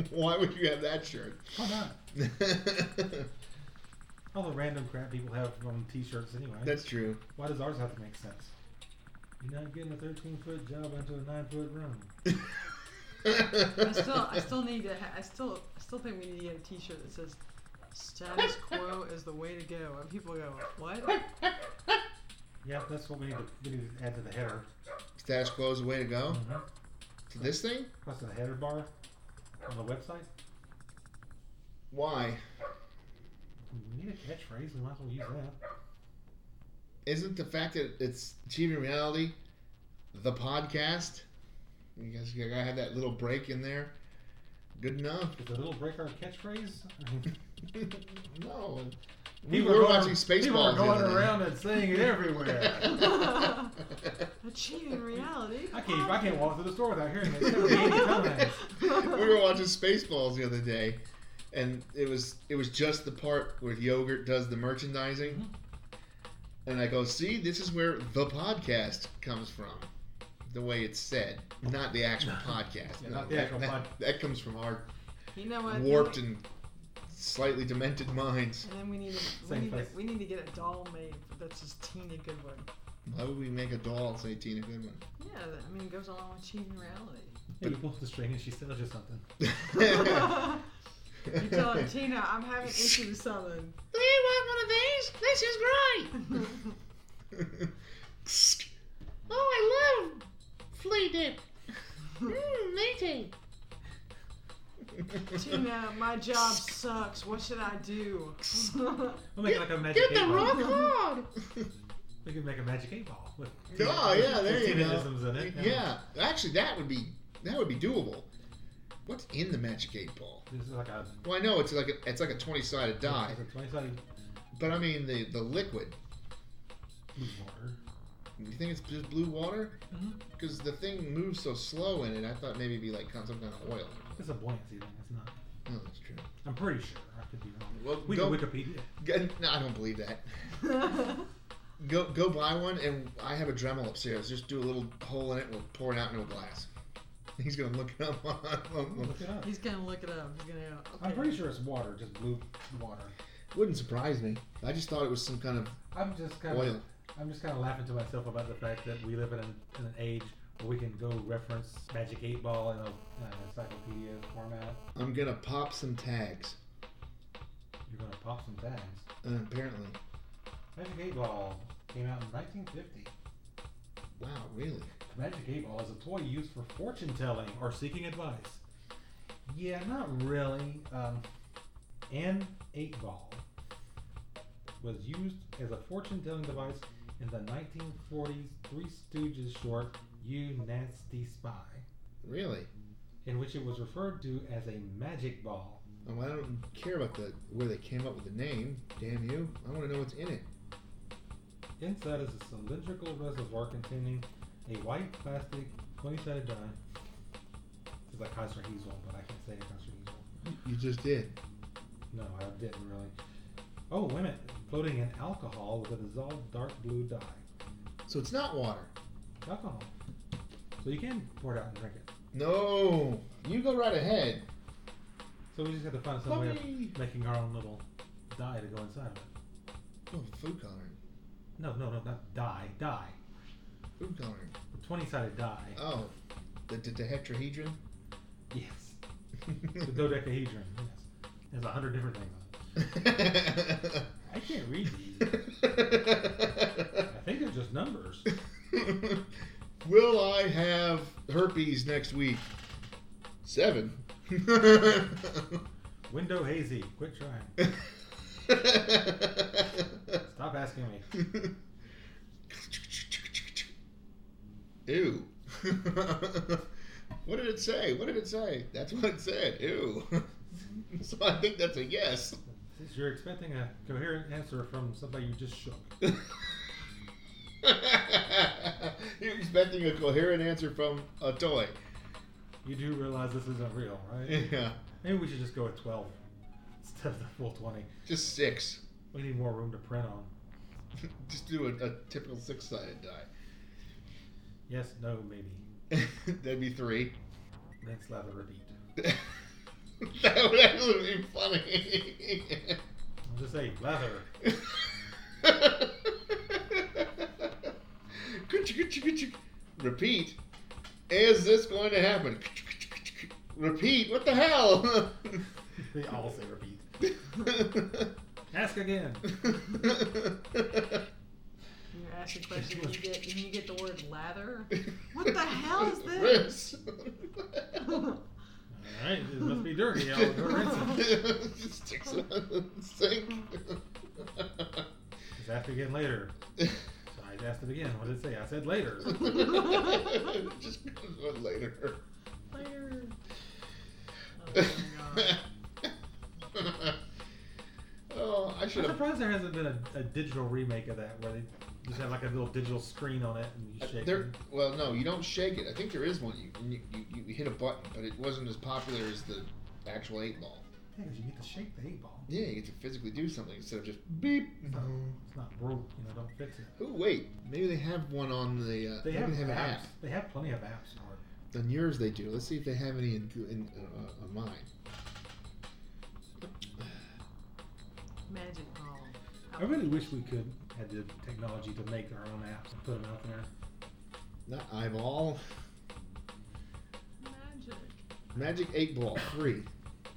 Speaker 1: Why would you have that shirt?
Speaker 2: Why not? All the random crap people have on t-shirts anyway.
Speaker 1: <laughs> That's true.
Speaker 2: Why does ours have to make sense? You're not getting a 13-foot job into a 9-foot room.
Speaker 3: I still, I still need to. Ha- I still, I still think we need to get a T-shirt that says "Status quo is the way to go," and people go, "What?"
Speaker 2: Yeah, that's what we need to, we need to add to the header.
Speaker 1: <laughs> Status quo is the way to go.
Speaker 2: Mhm.
Speaker 1: To this thing?
Speaker 2: What's the header bar on the website?
Speaker 1: Why?
Speaker 2: We need a catchphrase. We might as well use that.
Speaker 1: Isn't the fact that it's achieving reality the podcast? You guys you gotta have that little break in there. Good enough.
Speaker 2: Is the little break our
Speaker 1: <laughs>
Speaker 2: catchphrase?
Speaker 1: no. We were watching Spaceballs.
Speaker 2: People are
Speaker 1: the
Speaker 2: going
Speaker 1: other night.
Speaker 2: around and saying
Speaker 1: <laughs>
Speaker 2: it <laughs> everywhere.
Speaker 3: Achieving reality.
Speaker 2: I can't. I can't walk through the store without hearing it. It's gonna be Andy Cummings.
Speaker 1: <laughs> we were watching Spaceballs the other day, and it was it was just the part where yogurt does the merchandising,
Speaker 2: Mm-hmm.
Speaker 1: and I go, see, this is where the podcast comes from, the way it's said, not the
Speaker 2: <laughs>
Speaker 1: actual podcast.
Speaker 2: Yeah,
Speaker 1: No,
Speaker 2: not the
Speaker 1: that,
Speaker 2: actual
Speaker 1: that,
Speaker 2: pod-
Speaker 1: that comes from our
Speaker 3: You know what?
Speaker 1: warped and slightly demented minds.
Speaker 3: And then we need to we
Speaker 2: Same
Speaker 3: need, to,
Speaker 2: place.
Speaker 3: we need to get a doll made that's just Tina Goodwin.
Speaker 1: Why would we make a doll say Tina
Speaker 3: <laughs>
Speaker 1: Goodwin?
Speaker 3: Yeah, that, I mean, it goes along with achieving reality.
Speaker 2: Yeah, You pull the string and she sells you something.
Speaker 1: <laughs>
Speaker 3: You tell her, Tina, I'm having issues with something.
Speaker 1: Do you want one of these? This is great. <laughs> oh, I love flea dip. Mmm, meaty. <laughs>
Speaker 3: Tina, my job sucks. What should I
Speaker 2: <laughs>
Speaker 3: do? <laughs>
Speaker 2: We'll make like a magic eight ball.
Speaker 1: hard.
Speaker 2: We can make a magic eight ball. With,
Speaker 1: Oh yeah, there
Speaker 2: with
Speaker 1: you
Speaker 2: Tinaisms
Speaker 1: go.
Speaker 2: in it.
Speaker 1: Yeah, actually, that would be that would be doable. What's in the magic eight ball?
Speaker 2: This is like a
Speaker 1: Well, I know it's like a, it's like a twenty sided die,
Speaker 2: it's a twenty-sided
Speaker 1: but I mean the the liquid.
Speaker 2: blue water.
Speaker 1: You think it's just blue water?
Speaker 2: Mhm.
Speaker 1: Because the thing moves so slow in it, I thought maybe it'd be like some kind of oil.
Speaker 2: It's a buoyancy thing. It's not.
Speaker 1: No, that's true.
Speaker 2: I'm pretty sure. I could be wrong.
Speaker 1: Well,
Speaker 2: We
Speaker 1: go,
Speaker 2: can Wikipedia.
Speaker 1: Go- <laughs> no, I don't believe that.
Speaker 2: <laughs>
Speaker 1: Go go buy one, and I have a Dremel upstairs. Just do a little hole in it. We'll pour it out into a glass. <laughs> He's gonna look it up. on-
Speaker 2: Look it up.
Speaker 3: He's gonna look it up. He's gonna go, okay.
Speaker 2: I'm pretty sure it's water, just blue water.
Speaker 1: Wouldn't surprise me. I just thought it was some kind of
Speaker 2: I'm just kind of
Speaker 1: oil.
Speaker 2: I'm just kind of laughing to myself about the fact that we live in an, in an age where we can go reference Magic Eight Ball in, a, in an encyclopedia format.
Speaker 1: I'm gonna pop some tags.
Speaker 2: You're gonna pop some tags.
Speaker 1: Uh, apparently,
Speaker 2: Magic Eight Ball came out in 1950.
Speaker 1: Wow, really?
Speaker 2: Magic eight ball is a toy used for fortune telling or seeking advice. Yeah, not really. Um, an eight ball was used as a fortune telling device in the 1940s Three Stooges short "You Nasty Spy,"
Speaker 1: Really?
Speaker 2: in which it was referred to as a magic ball.
Speaker 1: Um, I don't care about the where they came up with the name. Damn you! I want to know what's in it.
Speaker 2: Inside is a cylindrical reservoir containing a white plastic 20-sided die. It's like Kaiserhesel, but I can't say Kaiserhesel.
Speaker 1: You just did.
Speaker 2: No, I didn't really. Oh, wait a minute. Floating in alcohol with a dissolved dark blue dye.
Speaker 1: So it's not water.
Speaker 2: Alcohol. So you can pour it out and drink it.
Speaker 1: No, you go right ahead.
Speaker 2: So we just have to find some way of making our own little dye to go inside of it.
Speaker 1: Oh, food coloring.
Speaker 2: No, no, no, not dye. Dye.
Speaker 1: Food coloring.
Speaker 2: The 20 sided dye.
Speaker 1: Oh, the, the dodecahedron.
Speaker 2: Yes. The
Speaker 1: <laughs>
Speaker 2: dodecahedron. Yes. There's a hundred different things on it. I can't read these.
Speaker 1: <laughs>
Speaker 2: I think they're just numbers.
Speaker 1: Will I have herpes next week?
Speaker 2: <laughs>
Speaker 1: Seven. <laughs> Stop
Speaker 2: Window hazy. Quit trying.
Speaker 1: <laughs>
Speaker 2: Stop asking me.
Speaker 1: Ew. <laughs> what did it say? What did it say? That's what it said. Ew. <laughs> so I think that's a yes. <laughs>
Speaker 2: Since you're expecting a coherent answer from somebody you just shook.
Speaker 1: You're expecting a coherent answer from a toy.
Speaker 2: You do realize this isn't real, right?
Speaker 1: <laughs> Yeah.
Speaker 2: Maybe we should just go with 12 instead of the full 20.
Speaker 1: Just six. <laughs>
Speaker 2: We need more room to print on.
Speaker 1: Just do a, a typical six sided die. <laughs>
Speaker 2: Yes, no, maybe.
Speaker 1: That'd be three. <laughs>
Speaker 2: Then slather repeat.
Speaker 1: that would actually be funny. <laughs>
Speaker 2: I'll just say lather.
Speaker 1: Repeat. Is this going to happen? Repeat. What the hell?
Speaker 2: <laughs> They all say repeat. Ask again.
Speaker 3: When you're asking questions, and you get and you get the word
Speaker 1: <laughs>
Speaker 3: lather. What the hell is
Speaker 1: Rinse.
Speaker 3: this?
Speaker 2: All right, it must be dirty. I'll go rinse it.
Speaker 1: Just sticks it on the
Speaker 3: <laughs>
Speaker 1: sink.
Speaker 2: Just ask again later. So I asked it again. What did it say? I said
Speaker 1: <laughs>
Speaker 2: later.
Speaker 1: <laughs> Just one later.
Speaker 3: Lather. Oh my god.
Speaker 1: <laughs> oh, I
Speaker 2: I'm
Speaker 1: should have.
Speaker 2: surprised there hasn't been a, a digital remake of that where they just have like a little digital screen on it and you shake
Speaker 1: Uh, There,
Speaker 2: it.
Speaker 1: well, no, you don't shake it. I think there is one. You, and you, you you hit a button, but it wasn't as popular as the actual eight ball.
Speaker 2: Yeah, 'cause you get to shake the eight ball.
Speaker 1: Yeah, you get to physically do something instead of just beep.
Speaker 2: It's not, it's not broke, you know, don't fix it.
Speaker 1: Oh wait, maybe they have one on the. Uh,
Speaker 2: They
Speaker 1: maybe
Speaker 2: have,
Speaker 1: an
Speaker 2: apps.
Speaker 1: app.
Speaker 2: They have plenty of apps for it.
Speaker 1: On yours, they do. Let's see if they have any in, in uh, on mine.
Speaker 3: Magic ball.
Speaker 2: I really wish we could had the technology to make our own apps and put them out there.
Speaker 1: Not eyeball.
Speaker 3: Magic.
Speaker 1: Magic eight ball free.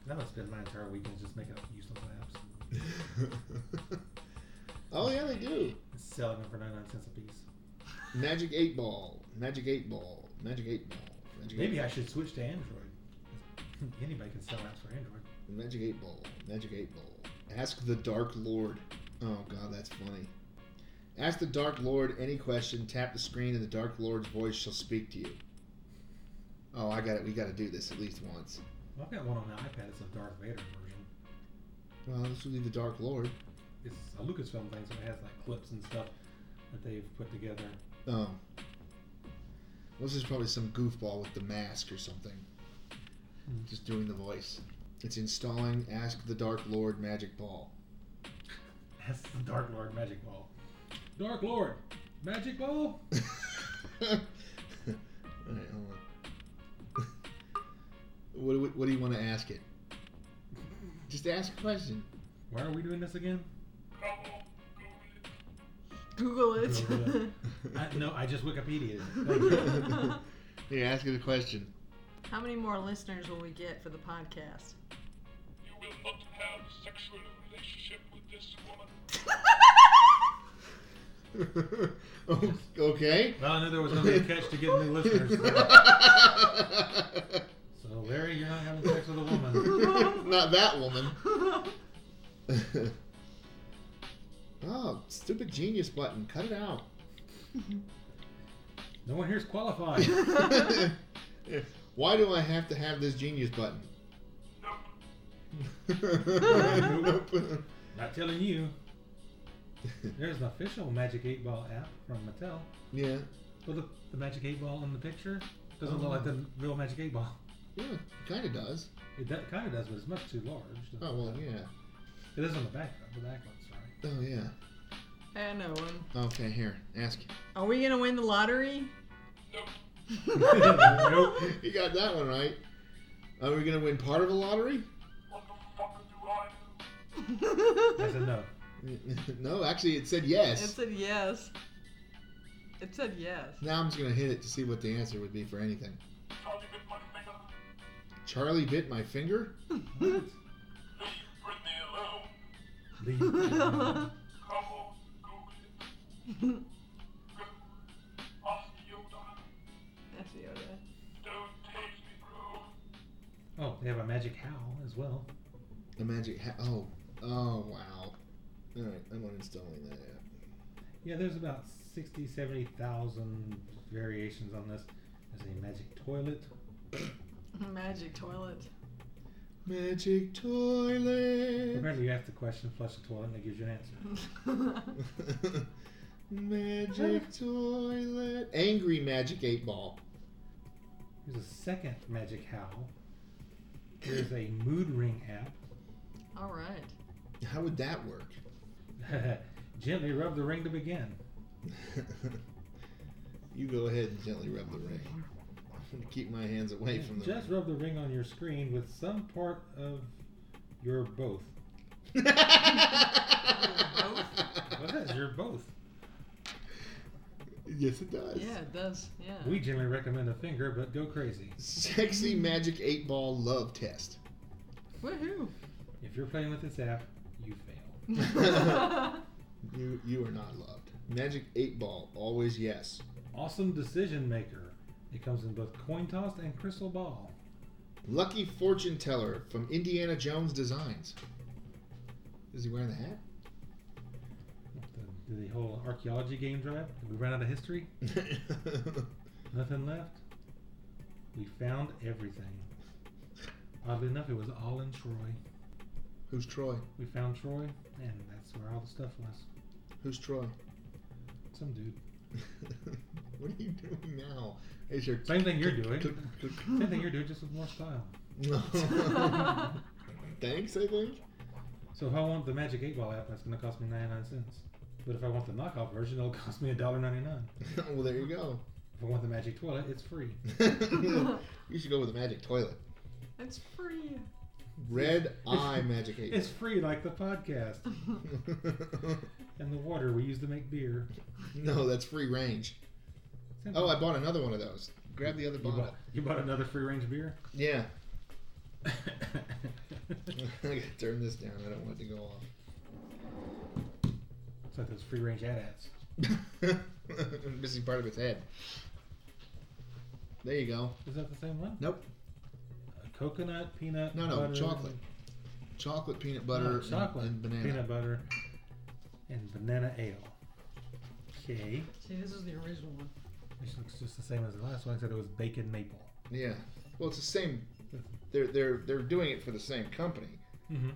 Speaker 2: Now I spend my entire weekends just making up useless apps
Speaker 1: <laughs> oh yeah, they do.
Speaker 2: and selling them for 99 cents a piece.
Speaker 1: Magic eight ball. Magic eight ball. Magic eight ball. Magic
Speaker 2: Maybe
Speaker 1: eight,
Speaker 2: I should switch to Android. <laughs> Anybody can sell apps for Android.
Speaker 1: Magic eight ball. Magic eight ball. Ask the Dark Lord. Oh god, that's funny. Ask the Dark Lord any question. Tap the screen, and the Dark Lord's voice shall speak to you. Oh, I got it. We got to do this at least once.
Speaker 2: Well, I've got one on the iPad. It's a Darth Vader version.
Speaker 1: Well, this would be the Dark Lord.
Speaker 2: It's a Lucasfilm thing, so it has like clips and stuff that they've put together.
Speaker 1: Oh. This is probably some goofball with the mask or something.
Speaker 2: Mm.
Speaker 1: Just doing the voice. It's installing Ask the Dark Lord Magic Ball. <laughs>
Speaker 2: That's the Dark Lord Magic Ball. Dark Lord Magic Ball.
Speaker 1: Alright, hold on. <laughs> what, do we- what do you want to ask it? Just ask a question.
Speaker 2: Why are we doing this again?
Speaker 3: Google it.
Speaker 2: Google I, no, <laughs> I just Wikipedia.
Speaker 1: <laughs> Here, ask it a
Speaker 2: <laughs>
Speaker 1: question.
Speaker 3: <laughs>
Speaker 1: <laughs>
Speaker 3: How many more listeners will we get for the podcast?
Speaker 5: You will not have sexual relationship with this woman.
Speaker 1: O- okay.
Speaker 2: Well, I knew there was going to be a catch to get new listeners.
Speaker 1: <laughs>
Speaker 2: So, Larry, you're not having sex with a woman.
Speaker 1: Not that woman. <laughs> oh, stupid genius button. Cut it
Speaker 2: <laughs>
Speaker 1: out.
Speaker 2: No one here's qualified.
Speaker 1: Why do I have to have this genius button? <laughs>
Speaker 5: Nope.
Speaker 1: Nope.
Speaker 2: Not telling you. There's an official Magic 8 Ball app from Mattel.
Speaker 1: yeah.
Speaker 2: Well, the, the Magic 8 Ball in the picture doesn't look like the real Magic 8 Ball.
Speaker 1: Yeah, kind of does.
Speaker 2: It that kind of does, but it's much too large.
Speaker 1: Oh, well, yeah.
Speaker 2: It is on the back, though. The back one's sorry.
Speaker 1: Oh, yeah.
Speaker 3: I know one.
Speaker 1: Okay, here. Ask. <laughs>
Speaker 3: Are we gonna win the lottery?
Speaker 5: Nope.
Speaker 3: <laughs>
Speaker 2: Nope.
Speaker 1: You got that one right. Are we going to win part of the lottery? <laughs>
Speaker 5: What the fuck do I do?
Speaker 2: I said no.
Speaker 1: no, actually, it said yes.
Speaker 3: It said yes. It said yes.
Speaker 1: now I'm just going to hit it to see what the answer would be for anything.
Speaker 5: Trying to get my finger.
Speaker 1: Charlie bit my finger?
Speaker 5: Leave Britney alone.
Speaker 2: Leave.
Speaker 5: Come on, Google it. Ask Yoda.
Speaker 3: <laughs> That's Yoda.
Speaker 5: Don't taste me, bro.
Speaker 2: oh, they have a Magic Howl as well.
Speaker 1: The magic ha- Oh. Oh, wow. All right, I'm uninstalling that app.
Speaker 2: Yeah, there's about 60, 70,000 variations on this. There's a Magic Toilet.
Speaker 3: <laughs> Magic toilet.
Speaker 1: Magic toilet.
Speaker 2: <laughs> Apparently, you ask the question, flush the toilet, and it gives you an answer.
Speaker 3: Mm-hmm.
Speaker 1: magic toilet. Angry magic eight ball.
Speaker 2: There's a second Magic Howl. There's a Mood Ring app.
Speaker 3: All right.
Speaker 1: How would that work? <laughs>
Speaker 2: <laughs> Gently rub the ring to begin.
Speaker 1: you go ahead and gently rub the ring. <laughs> I'm gonna keep my hands away from the
Speaker 2: Just rub the ring on your screen with some part of your both.
Speaker 1: <laughs> ring.
Speaker 2: What is your both?
Speaker 1: yes, it does.
Speaker 3: Yeah, it does. Yeah.
Speaker 2: We generally recommend a finger, but go crazy.
Speaker 1: Sexy magic eight ball love test.
Speaker 3: Woohoo!
Speaker 2: If you're playing with this app, you fail.
Speaker 1: You you are not loved. Magic eight ball always yes.
Speaker 2: Awesome Decision Maker. It comes in both coin toss and crystal ball.
Speaker 1: Lucky fortune teller from Indiana Jones Designs. Is he wearing the hat?
Speaker 2: The, the whole archaeology game drive. We ran out of history. <laughs> Nothing left. We found everything. Oddly enough, it was all in Troy.
Speaker 1: Who's Troy?
Speaker 2: We found Troy, and that's where all the stuff was.
Speaker 1: Who's Troy? <laughs>
Speaker 2: Some dude.
Speaker 1: what are you doing now? Is your
Speaker 2: Same thing you're doing. Same thing you're doing, just with more style.
Speaker 3: <laughs>
Speaker 1: Thanks, I think. <laughs>
Speaker 2: So if I want the Magic 8 Ball app, that's going to cost me 99 cents. But if I want the knockoff version, it'll <laughs> cost me $1.99.
Speaker 1: well, there you go. <laughs>
Speaker 2: If I want the Magic Toilet, it's free.
Speaker 1: you should go with the magic toilet.
Speaker 3: It's free.
Speaker 1: Red eye magic eight.
Speaker 2: It's free like the podcast and the water we use to make beer.
Speaker 1: <laughs> no, that's free range.
Speaker 2: Same
Speaker 1: Oh,
Speaker 2: thing.
Speaker 1: I bought another one of those. Grab the other
Speaker 2: you,
Speaker 1: bottle.
Speaker 2: bought, you bought another free range beer?
Speaker 1: Yeah. <laughs> I gotta turn this down. I don't want it to go off.
Speaker 2: It's like those free range ad ads.
Speaker 1: <laughs> missing part of its head. There you go.
Speaker 2: Is that the same one?
Speaker 1: Nope.
Speaker 2: Uh, coconut, peanut,
Speaker 1: No, no,
Speaker 2: butter,
Speaker 1: chocolate. Chocolate peanut
Speaker 2: no,
Speaker 1: butter
Speaker 2: chocolate,
Speaker 1: and, and banana.
Speaker 2: peanut butter, and banana ale. Okay,
Speaker 3: See, this is the original one.
Speaker 2: which looks just the same as the last one, except it was bacon maple.
Speaker 1: Yeah. Well, it's the same. They're they're they're doing it for the same company.
Speaker 2: Mm-hmm.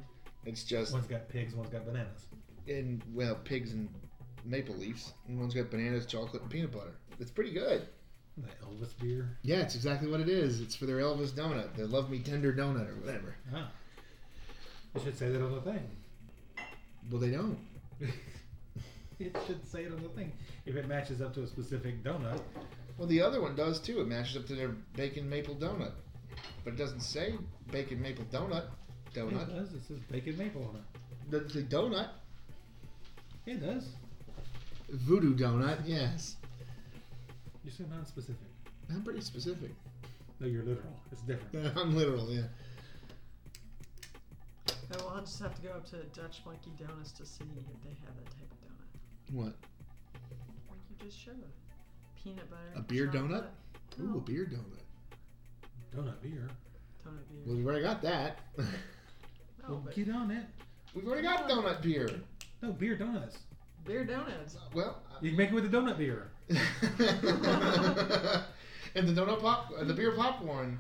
Speaker 1: It's just
Speaker 2: One's got pigs, one's got bananas.
Speaker 1: and well, pigs and maple leaves. And one's got bananas, chocolate, and peanut butter. It's pretty good.
Speaker 2: The Elvis beer.
Speaker 1: Yeah, it's exactly what it is. It's for their Elvis donut, their Love Me Tender donut or whatever.
Speaker 2: Ah. It should say that on the thing.
Speaker 1: Well, they don't.
Speaker 2: <laughs> it should say it on the thing. If it matches up to a specific donut,
Speaker 1: Well, the other one does too. It matches up to their bacon maple donut, but it doesn't say bacon maple donut.
Speaker 2: it
Speaker 1: Donut.
Speaker 2: does. It says bacon maple on
Speaker 1: The, the donut.
Speaker 2: it. It does.
Speaker 1: Voodoo donut. Yes.
Speaker 2: You're so non-specific.
Speaker 1: I'm pretty specific. <laughs>
Speaker 2: No, you're literal. It's different.
Speaker 1: I'm literal. Yeah.
Speaker 3: Oh, well, I'll just have to go up to Dutch Monkey Donuts to see if they have that type of donut.
Speaker 1: What?
Speaker 3: just sugar, peanut butter,
Speaker 1: A beer
Speaker 3: chocolate.
Speaker 1: Ooh, a
Speaker 3: No,
Speaker 1: beer donut.
Speaker 2: Donut beer.
Speaker 3: donut beer.
Speaker 1: Well, we've already got that. <laughs>
Speaker 3: No,
Speaker 2: well,
Speaker 3: Oh, but
Speaker 2: get on it.
Speaker 1: we've already got donut beer.
Speaker 2: No beer donuts.
Speaker 3: beer donuts.
Speaker 1: Well,
Speaker 2: You can make it with the donut beer.
Speaker 1: <laughs> and the donut pop, uh, the beer popcorn,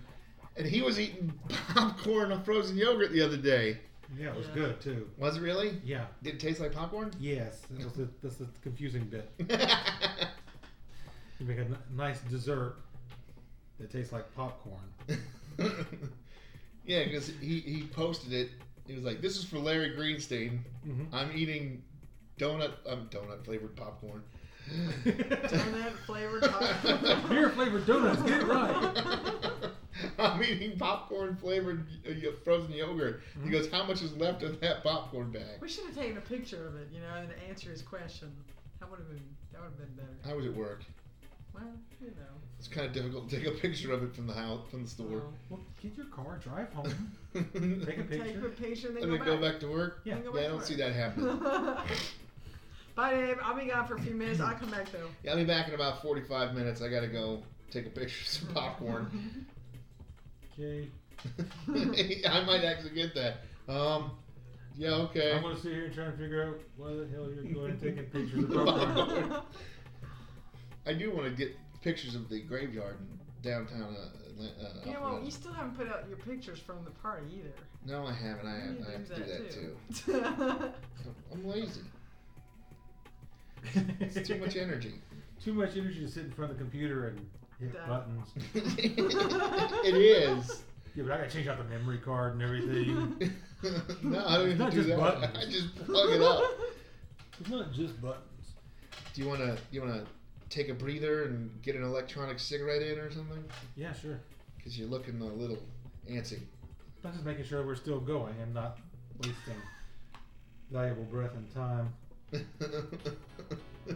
Speaker 1: and he was eating popcorn on frozen yogurt the other day.
Speaker 2: Yeah, it was
Speaker 3: Yeah.
Speaker 2: good too.
Speaker 1: Was it really?
Speaker 2: Yeah.
Speaker 1: Did it taste like popcorn? <laughs>
Speaker 2: Yes. That was the, that's the confusing bit. You make a n- nice dessert that tastes like popcorn.
Speaker 1: yeah, because he, he posted it. He was like, "This is for Larry Greenstein.
Speaker 2: Mm-hmm.
Speaker 1: I'm eating donut, um, donut flavored popcorn."
Speaker 3: Donut
Speaker 1: <laughs>
Speaker 3: flavored popcorn.
Speaker 2: Beer flavored donuts. Get it right.
Speaker 1: I'm eating popcorn flavored uh, frozen yogurt.
Speaker 2: Mm-hmm.
Speaker 1: He goes, "How much is left of that popcorn bag?"
Speaker 3: We should have taken a picture of it, you know, and answer his question. That would have been that would have been better.
Speaker 1: I was at work.
Speaker 3: Well, you know.
Speaker 1: It's kind of difficult to take a picture of it from the house, from the store.
Speaker 3: well,
Speaker 2: Well, get your car, drive
Speaker 1: <laughs>
Speaker 2: home, take a
Speaker 3: Oh. Take a
Speaker 2: picture.
Speaker 3: picture and then
Speaker 1: and
Speaker 3: go,
Speaker 1: then go
Speaker 3: back.
Speaker 1: back to work.
Speaker 2: Yeah.
Speaker 3: Then go
Speaker 1: Yeah, I
Speaker 3: back
Speaker 1: don't
Speaker 3: to
Speaker 1: see
Speaker 3: work.
Speaker 1: that happening.
Speaker 3: <laughs> Bye, Dave. I'll be gone for a few minutes. I'll come back though.
Speaker 1: Yeah, I'll be back in about 45 minutes. I gotta go take a picture of some <laughs>
Speaker 3: <laughs>
Speaker 1: popcorn.
Speaker 2: <laughs> Okay.
Speaker 1: <laughs> I might actually get that. Um, yeah, okay.
Speaker 2: I'm gonna sit here and try and figure out why the hell you're going and taking
Speaker 1: <laughs>
Speaker 2: pictures of popcorn.
Speaker 1: I do want to get pictures of the graveyard in downtown. Uh, Atla- uh,
Speaker 3: You know what?
Speaker 1: Alpharetta.
Speaker 3: You still haven't put out your pictures from the party either.
Speaker 1: No, I haven't. I,
Speaker 3: You need
Speaker 1: have,
Speaker 3: to
Speaker 1: I have to
Speaker 3: do
Speaker 1: do that
Speaker 3: that,
Speaker 1: too. I'm lazy. It's too
Speaker 3: <laughs>
Speaker 1: much energy.
Speaker 2: <laughs> Too much energy to sit in front of the computer and hit
Speaker 3: Done.
Speaker 2: buttons.
Speaker 1: it is.
Speaker 2: Yeah, but I gotta change out the memory card
Speaker 1: <laughs>
Speaker 2: and everything.
Speaker 1: no, I don't even
Speaker 2: Not
Speaker 1: do
Speaker 2: just
Speaker 1: that.
Speaker 2: buttons.
Speaker 1: I just plug it
Speaker 3: <laughs>
Speaker 1: up. <laughs>
Speaker 2: It's not just buttons.
Speaker 1: Do you wanna you wanna take a breather and get an electronic cigarette in or something?
Speaker 2: Yeah, sure.
Speaker 1: Because you're looking a little antsy. <laughs>
Speaker 2: I'm just making sure we're still going and not wasting valuable breath and time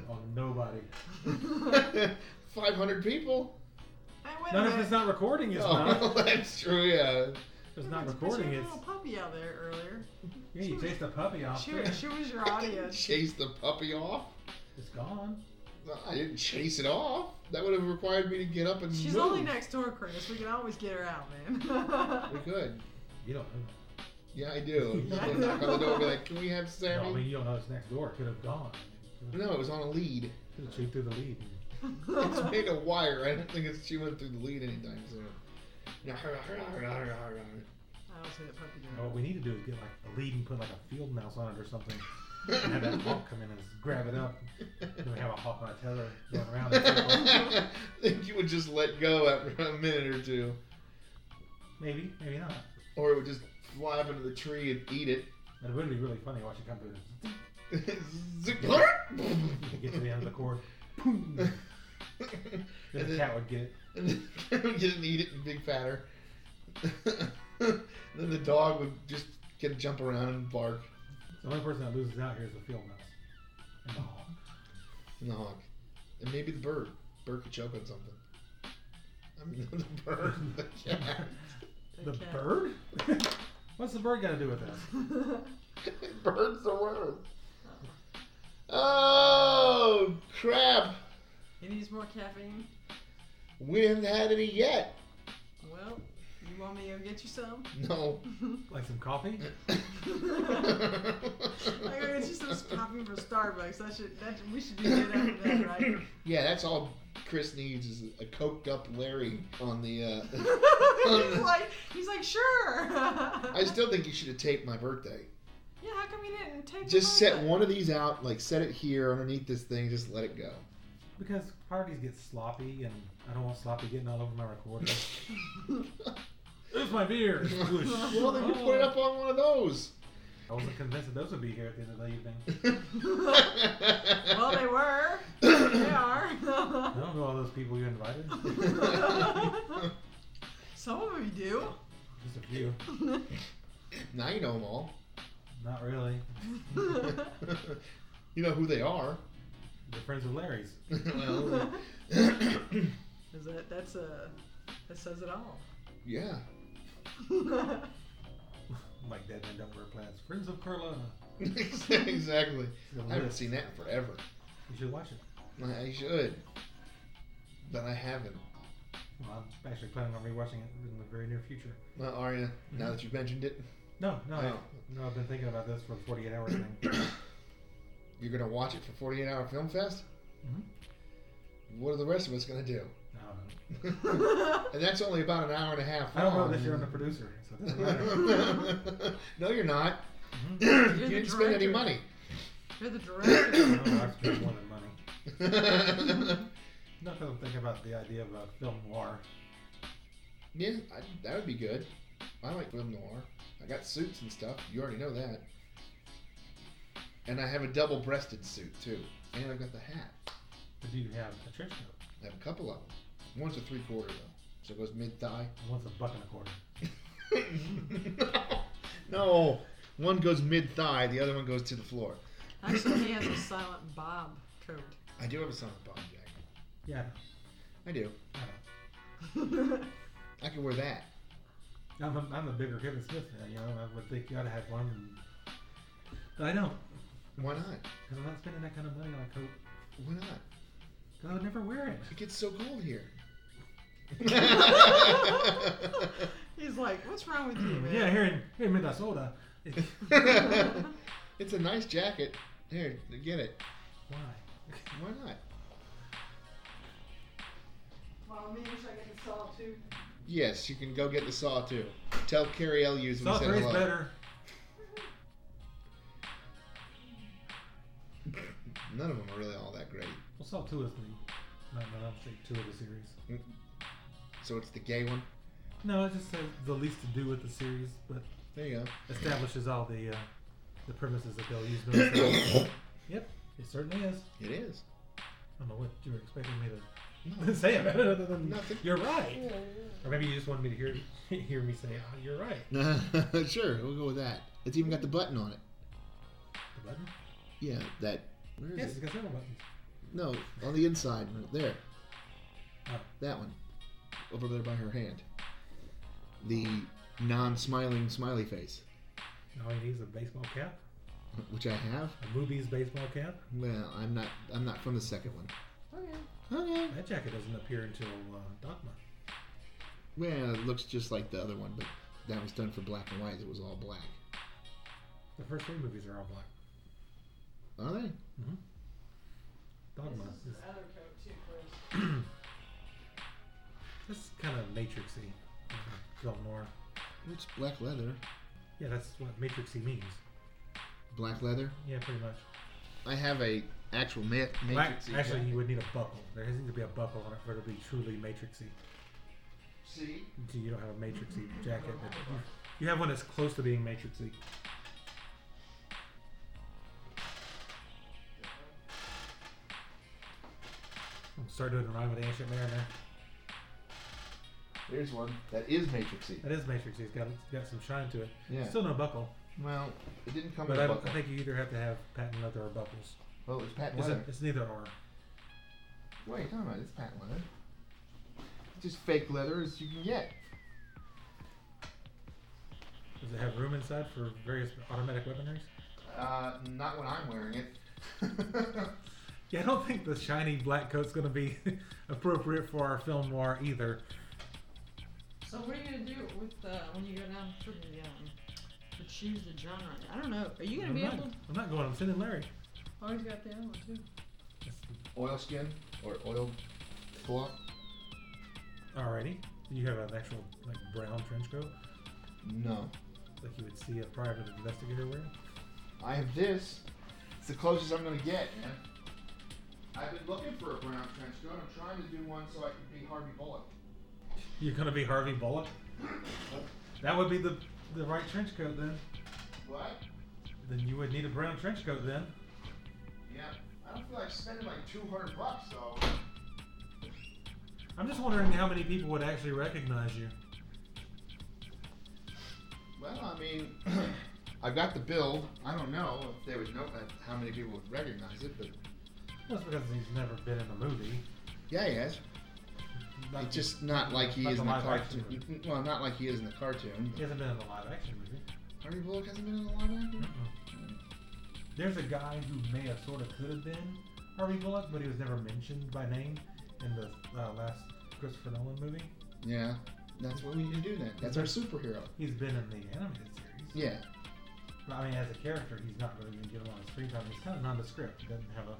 Speaker 2: on nobody.
Speaker 1: <laughs> 500 people.
Speaker 3: Hey, wait a
Speaker 2: None of
Speaker 3: minute.
Speaker 2: it's not recording, it's
Speaker 1: Oh, <laughs>
Speaker 2: not.
Speaker 1: that's true. Yeah.
Speaker 2: It's not
Speaker 3: But
Speaker 2: recording,
Speaker 3: You had a
Speaker 2: it's.
Speaker 3: little puppy out there earlier.
Speaker 1: Mm-hmm.
Speaker 2: Yeah, you taste the puppy off.
Speaker 3: She, she
Speaker 1: <laughs>
Speaker 3: was your audience.
Speaker 1: Chase the puppy off.
Speaker 2: It's gone.
Speaker 1: No, I didn't chase it off. That would have required me to get up and
Speaker 3: She's
Speaker 1: move.
Speaker 3: only next door, Chris. We can always get her out,
Speaker 1: We
Speaker 3: man.
Speaker 1: could.
Speaker 2: You don't know.
Speaker 1: Yeah, I
Speaker 3: <laughs>
Speaker 1: do.
Speaker 2: Yeah, I
Speaker 1: Go knock on the
Speaker 3: know.
Speaker 1: door and be like, "Can we have
Speaker 2: No, I mean,
Speaker 1: Sammy?"
Speaker 2: you don't know it's next door. It could have gone.
Speaker 1: No, it was on a lead.
Speaker 2: Could have chewed through the lead.
Speaker 1: It's
Speaker 3: <laughs>
Speaker 1: made of wire. I don't think it's she went through the lead anytime soon. No, hurrah, hurrah, hurrah, hurrah, hurrah.
Speaker 3: I don't see that puppy
Speaker 2: Now,
Speaker 3: doing
Speaker 2: what we need to do is get like a lead and put like a field mouse on it or something. And have that
Speaker 1: <laughs>
Speaker 2: hawk come in and grab it up. Then we have a hawk on a tether going around. in circles.
Speaker 1: I <laughs> think you would just let go after a minute or two,
Speaker 2: Maybe, maybe not.
Speaker 1: or it would just fly up into the tree and eat it. <laughs>
Speaker 2: It would be really funny watching it come through.
Speaker 1: Zip. <laughs>
Speaker 2: You get to the end of the cord, boom. Then
Speaker 1: And
Speaker 2: the
Speaker 1: then-
Speaker 2: cat would get it.
Speaker 1: and then <laughs> we just eat it and big fatter. <laughs> then the dog would just get a jump around and bark.
Speaker 2: The only person that loses out here is the field mouse. And the hawk.
Speaker 1: And the hawk. And maybe the bird. Bird could choke on something. I mean, <laughs> not the bird. The cat. <laughs>
Speaker 2: The
Speaker 3: cat.
Speaker 2: bird? <laughs> What's the bird got to do with this?
Speaker 3: that.
Speaker 1: Bird's the worst.
Speaker 3: <laughs>
Speaker 1: Oh, crap.
Speaker 3: He needs more caffeine.
Speaker 1: We haven't had any yet.
Speaker 3: Well, you want me to go get you some? <laughs>
Speaker 1: No.
Speaker 2: Like some coffee?
Speaker 3: I go get you some coffee from Starbucks. That should, that should, we should do that after
Speaker 1: <laughs>
Speaker 3: that, right?
Speaker 1: yeah, that's all Chris needs is a coked up Larry on the. Uh, <laughs>
Speaker 3: he's like, he's like, sure.
Speaker 1: I still think you should have taped my birthday.
Speaker 3: yeah, how come you didn't take? the
Speaker 1: Just set
Speaker 3: photo?
Speaker 1: one of these out, like set it here underneath this thing, just let it go.
Speaker 2: Because parties get sloppy, and I don't want sloppy getting all over my recorder. There's my beer.
Speaker 1: <laughs> well, then <laughs> you put it up on one of those.
Speaker 2: I wasn't convinced that those would be here at the end of the evening.
Speaker 3: Well,
Speaker 1: <coughs> <laughs>
Speaker 3: they were. they are.
Speaker 2: I don't know all those people
Speaker 1: <laughs>
Speaker 2: you invited.
Speaker 3: <laughs> Some of you do. <laughs>
Speaker 2: Just a few.
Speaker 1: now you know them all.
Speaker 2: Not really.
Speaker 1: <laughs> you know who they are.
Speaker 2: They're friends with Larry's.
Speaker 1: well,
Speaker 3: Is that that's a that says
Speaker 1: <laughs>
Speaker 3: it all. <laughs>
Speaker 1: yeah.
Speaker 2: Like Dead Man Dumper Plants. Friends of Carla.
Speaker 1: exactly.
Speaker 2: The
Speaker 1: I haven't
Speaker 2: list.
Speaker 1: seen that in forever.
Speaker 2: You should watch it.
Speaker 1: I should, but I haven't.
Speaker 2: Well, I'm actually planning on rewatching it in the very near future.
Speaker 1: Well, Arya, now
Speaker 2: Mm-hmm.
Speaker 1: that you've mentioned it,
Speaker 2: No, no, I-
Speaker 1: Oh.
Speaker 2: no. I've been thinking about this for the 48
Speaker 1: <coughs>
Speaker 2: hour thing.
Speaker 1: you're gonna watch it for 48 Hour Film Fest.
Speaker 2: Mhm.
Speaker 1: What are the rest of us gonna do? <laughs>
Speaker 2: No,
Speaker 1: And that's only about an hour and a half.
Speaker 2: I don't know
Speaker 1: long.
Speaker 2: this year I'm
Speaker 1: <laughs>
Speaker 2: the producer, so it doesn't matter. Mm-hmm.
Speaker 1: no, you're not.
Speaker 3: You're
Speaker 1: You
Speaker 3: the
Speaker 1: didn't spend any
Speaker 3: director.
Speaker 1: money.
Speaker 3: You're the
Speaker 2: I
Speaker 3: director.
Speaker 2: don't know if I spend more than money. <laughs> Not because I'm thinking about the idea of a film noir.
Speaker 1: yeah, I, that would be good. I like film noir. I got suits and stuff. You already know that. And I have a double-breasted suit too, and I've got the hat.
Speaker 2: But do you have a trench coat?
Speaker 1: I have a couple of them. One's a three-quarter though, so it goes mid-thigh. <laughs>
Speaker 2: One's a buck and a quarter.
Speaker 1: no, one goes mid-thigh, the other one goes to the floor.
Speaker 3: Actually, he has a silent Bob coat.
Speaker 1: I do have a silent bomb jacket.
Speaker 2: Yeah.
Speaker 1: I do.
Speaker 3: <laughs>
Speaker 1: I could wear that.
Speaker 2: I'm a, I'm a bigger Kevin Smith now, you know. I would think you ought to have one. And... But I don't,
Speaker 1: Why not?
Speaker 2: because I'm not spending that kind of money on a coat.
Speaker 1: Why not?
Speaker 2: 'Cause I would never wear it.
Speaker 1: It gets so cold here.
Speaker 3: <laughs> He's like, what's wrong with you, man?
Speaker 2: Yeah, here in, here in Minnesota.
Speaker 1: <laughs> it's a nice jacket. Here, get it.
Speaker 2: Why?
Speaker 1: Why not?
Speaker 3: Well, maybe I should get the saw too.
Speaker 1: Yes, you can go get the saw too. Tell Carrie Eluse we
Speaker 2: Salt
Speaker 1: said
Speaker 2: Gray's
Speaker 1: hello.
Speaker 2: better.
Speaker 1: None of them are really all that great.
Speaker 2: Well, Salt 2 is the, not the say 2 of the series.
Speaker 1: So it's the gay one.
Speaker 2: No, it just has the least to do with the series, but
Speaker 1: There you
Speaker 2: establishes all the uh, the premises that they'll use.
Speaker 1: go.
Speaker 2: themselves. yep, it certainly is.
Speaker 1: <coughs> it is.
Speaker 2: I don't know what you were expecting me
Speaker 1: No.
Speaker 2: to <laughs> say about it other than
Speaker 1: Nothing.
Speaker 2: you're right. Or maybe you just wanted me to hear <laughs> hear me say, oh, you're
Speaker 1: <laughs>
Speaker 2: right. <laughs>
Speaker 1: sure, we'll go with that. It's even got the button on it.
Speaker 2: The button?
Speaker 1: Yeah, that. Where is
Speaker 2: Yes,
Speaker 1: it?
Speaker 2: it's got several buttons.
Speaker 1: No, on the inside, right there.
Speaker 2: Oh.
Speaker 1: That one. Over there by her hand. The non smiling smiley face,
Speaker 2: And all you need is a baseball cap,
Speaker 1: which I have.
Speaker 2: a movie's baseball cap.
Speaker 1: Well, I'm not I'm not from the second one.
Speaker 3: Okay.
Speaker 1: Okay.
Speaker 2: That jacket doesn't appear until uh, Dogma.
Speaker 1: Well, it looks just like the other one, but that was done for black and white. It was all black.
Speaker 2: The first three movies are all black. Mm-hmm.
Speaker 1: Are they?
Speaker 2: Dogma
Speaker 3: This is
Speaker 2: is
Speaker 3: the other coat too, Chris.
Speaker 2: this is kind of Matrixy. uh, Film noir.
Speaker 1: It's black leather.
Speaker 2: Yeah, that's what Matrixy means.
Speaker 1: Black leather.
Speaker 2: Yeah, pretty much.
Speaker 1: I have a actual ma-
Speaker 2: Black,
Speaker 1: matrix.
Speaker 2: actually, you would need a buckle. There has to be a buckle on it for it to be truly matrixy.
Speaker 4: See?
Speaker 2: So you don't have a matrixy jacket. But you, you have one that's close to being E. matrixy. I'm starting to rhyme with ancient mariner.
Speaker 4: There's one that is matrixy.
Speaker 2: That is matrixy. It's got it's got some shine to it.
Speaker 4: Yeah.
Speaker 2: Still no buckle,
Speaker 4: Well, it didn't come
Speaker 2: but
Speaker 4: in
Speaker 2: I,
Speaker 4: a
Speaker 2: don't-
Speaker 4: buckle.
Speaker 2: I think you either have to have patent leather or buckles.
Speaker 4: Well, it's patent
Speaker 2: It's, a-
Speaker 4: leather.
Speaker 2: it's neither or.
Speaker 4: What are you talking about? It's patent leather. It's Just fake leather as you can get.
Speaker 2: Does it have room inside for various automatic weaponries?
Speaker 4: Uh, not when I'm wearing <laughs> it.
Speaker 2: Yeah, I don't think the shiny black coat's going to be <laughs> appropriate for our film noir either.
Speaker 3: So what are you gonna do with uh, when you go down for the um, to choose the genre? I don't know. Are you gonna
Speaker 2: I'm,
Speaker 3: be
Speaker 2: not,
Speaker 3: able? to...
Speaker 2: I'm not going. I'm sending Larry.
Speaker 3: Oh, he's got the other one too.
Speaker 1: Oilskin or oil cloth.
Speaker 2: Alrighty. You have an actual like brown trench coat,
Speaker 1: No.
Speaker 2: like you would see a private investigator wearing.
Speaker 1: I have this. It's the closest I'm gonna get, man. I've been looking for a brown trench coat. I'm trying to do one so I can be Harvey Bullock.
Speaker 2: You're going to be Harvey Bullock. That would be the the right trench coat then.
Speaker 1: What?
Speaker 2: Then you would need a brown trench coat then.
Speaker 1: Yeah. I don't feel like spending like 200 bucks though.
Speaker 2: I'm just wondering how many people would actually recognize you.
Speaker 1: Well, I mean, <clears throat> I've got the build. I don't know if they would know that, how many people would recognize it, but
Speaker 2: That's because he's never been in a movie.
Speaker 1: yeah, he has.
Speaker 2: Not-
Speaker 1: It's just not like he
Speaker 2: Not
Speaker 1: is
Speaker 2: the
Speaker 1: in the
Speaker 2: live action
Speaker 1: cartoon. Well, not like he is in the cartoon.
Speaker 2: he hasn't been in a live action movie.
Speaker 1: Harvey Bullock hasn't been in a live action.
Speaker 2: There's a guy who may have sort of could have been, Harvey Bullock, but he was never mentioned by name in the uh, last Christopher Nolan movie.
Speaker 1: Yeah, that's what we need to do then. That's our superhero.
Speaker 2: He's been in the animated series.
Speaker 1: Yeah,
Speaker 2: But, I mean, as a character, he's not really going to get a lot of screen time. He's kind of nondescript. He doesn't have a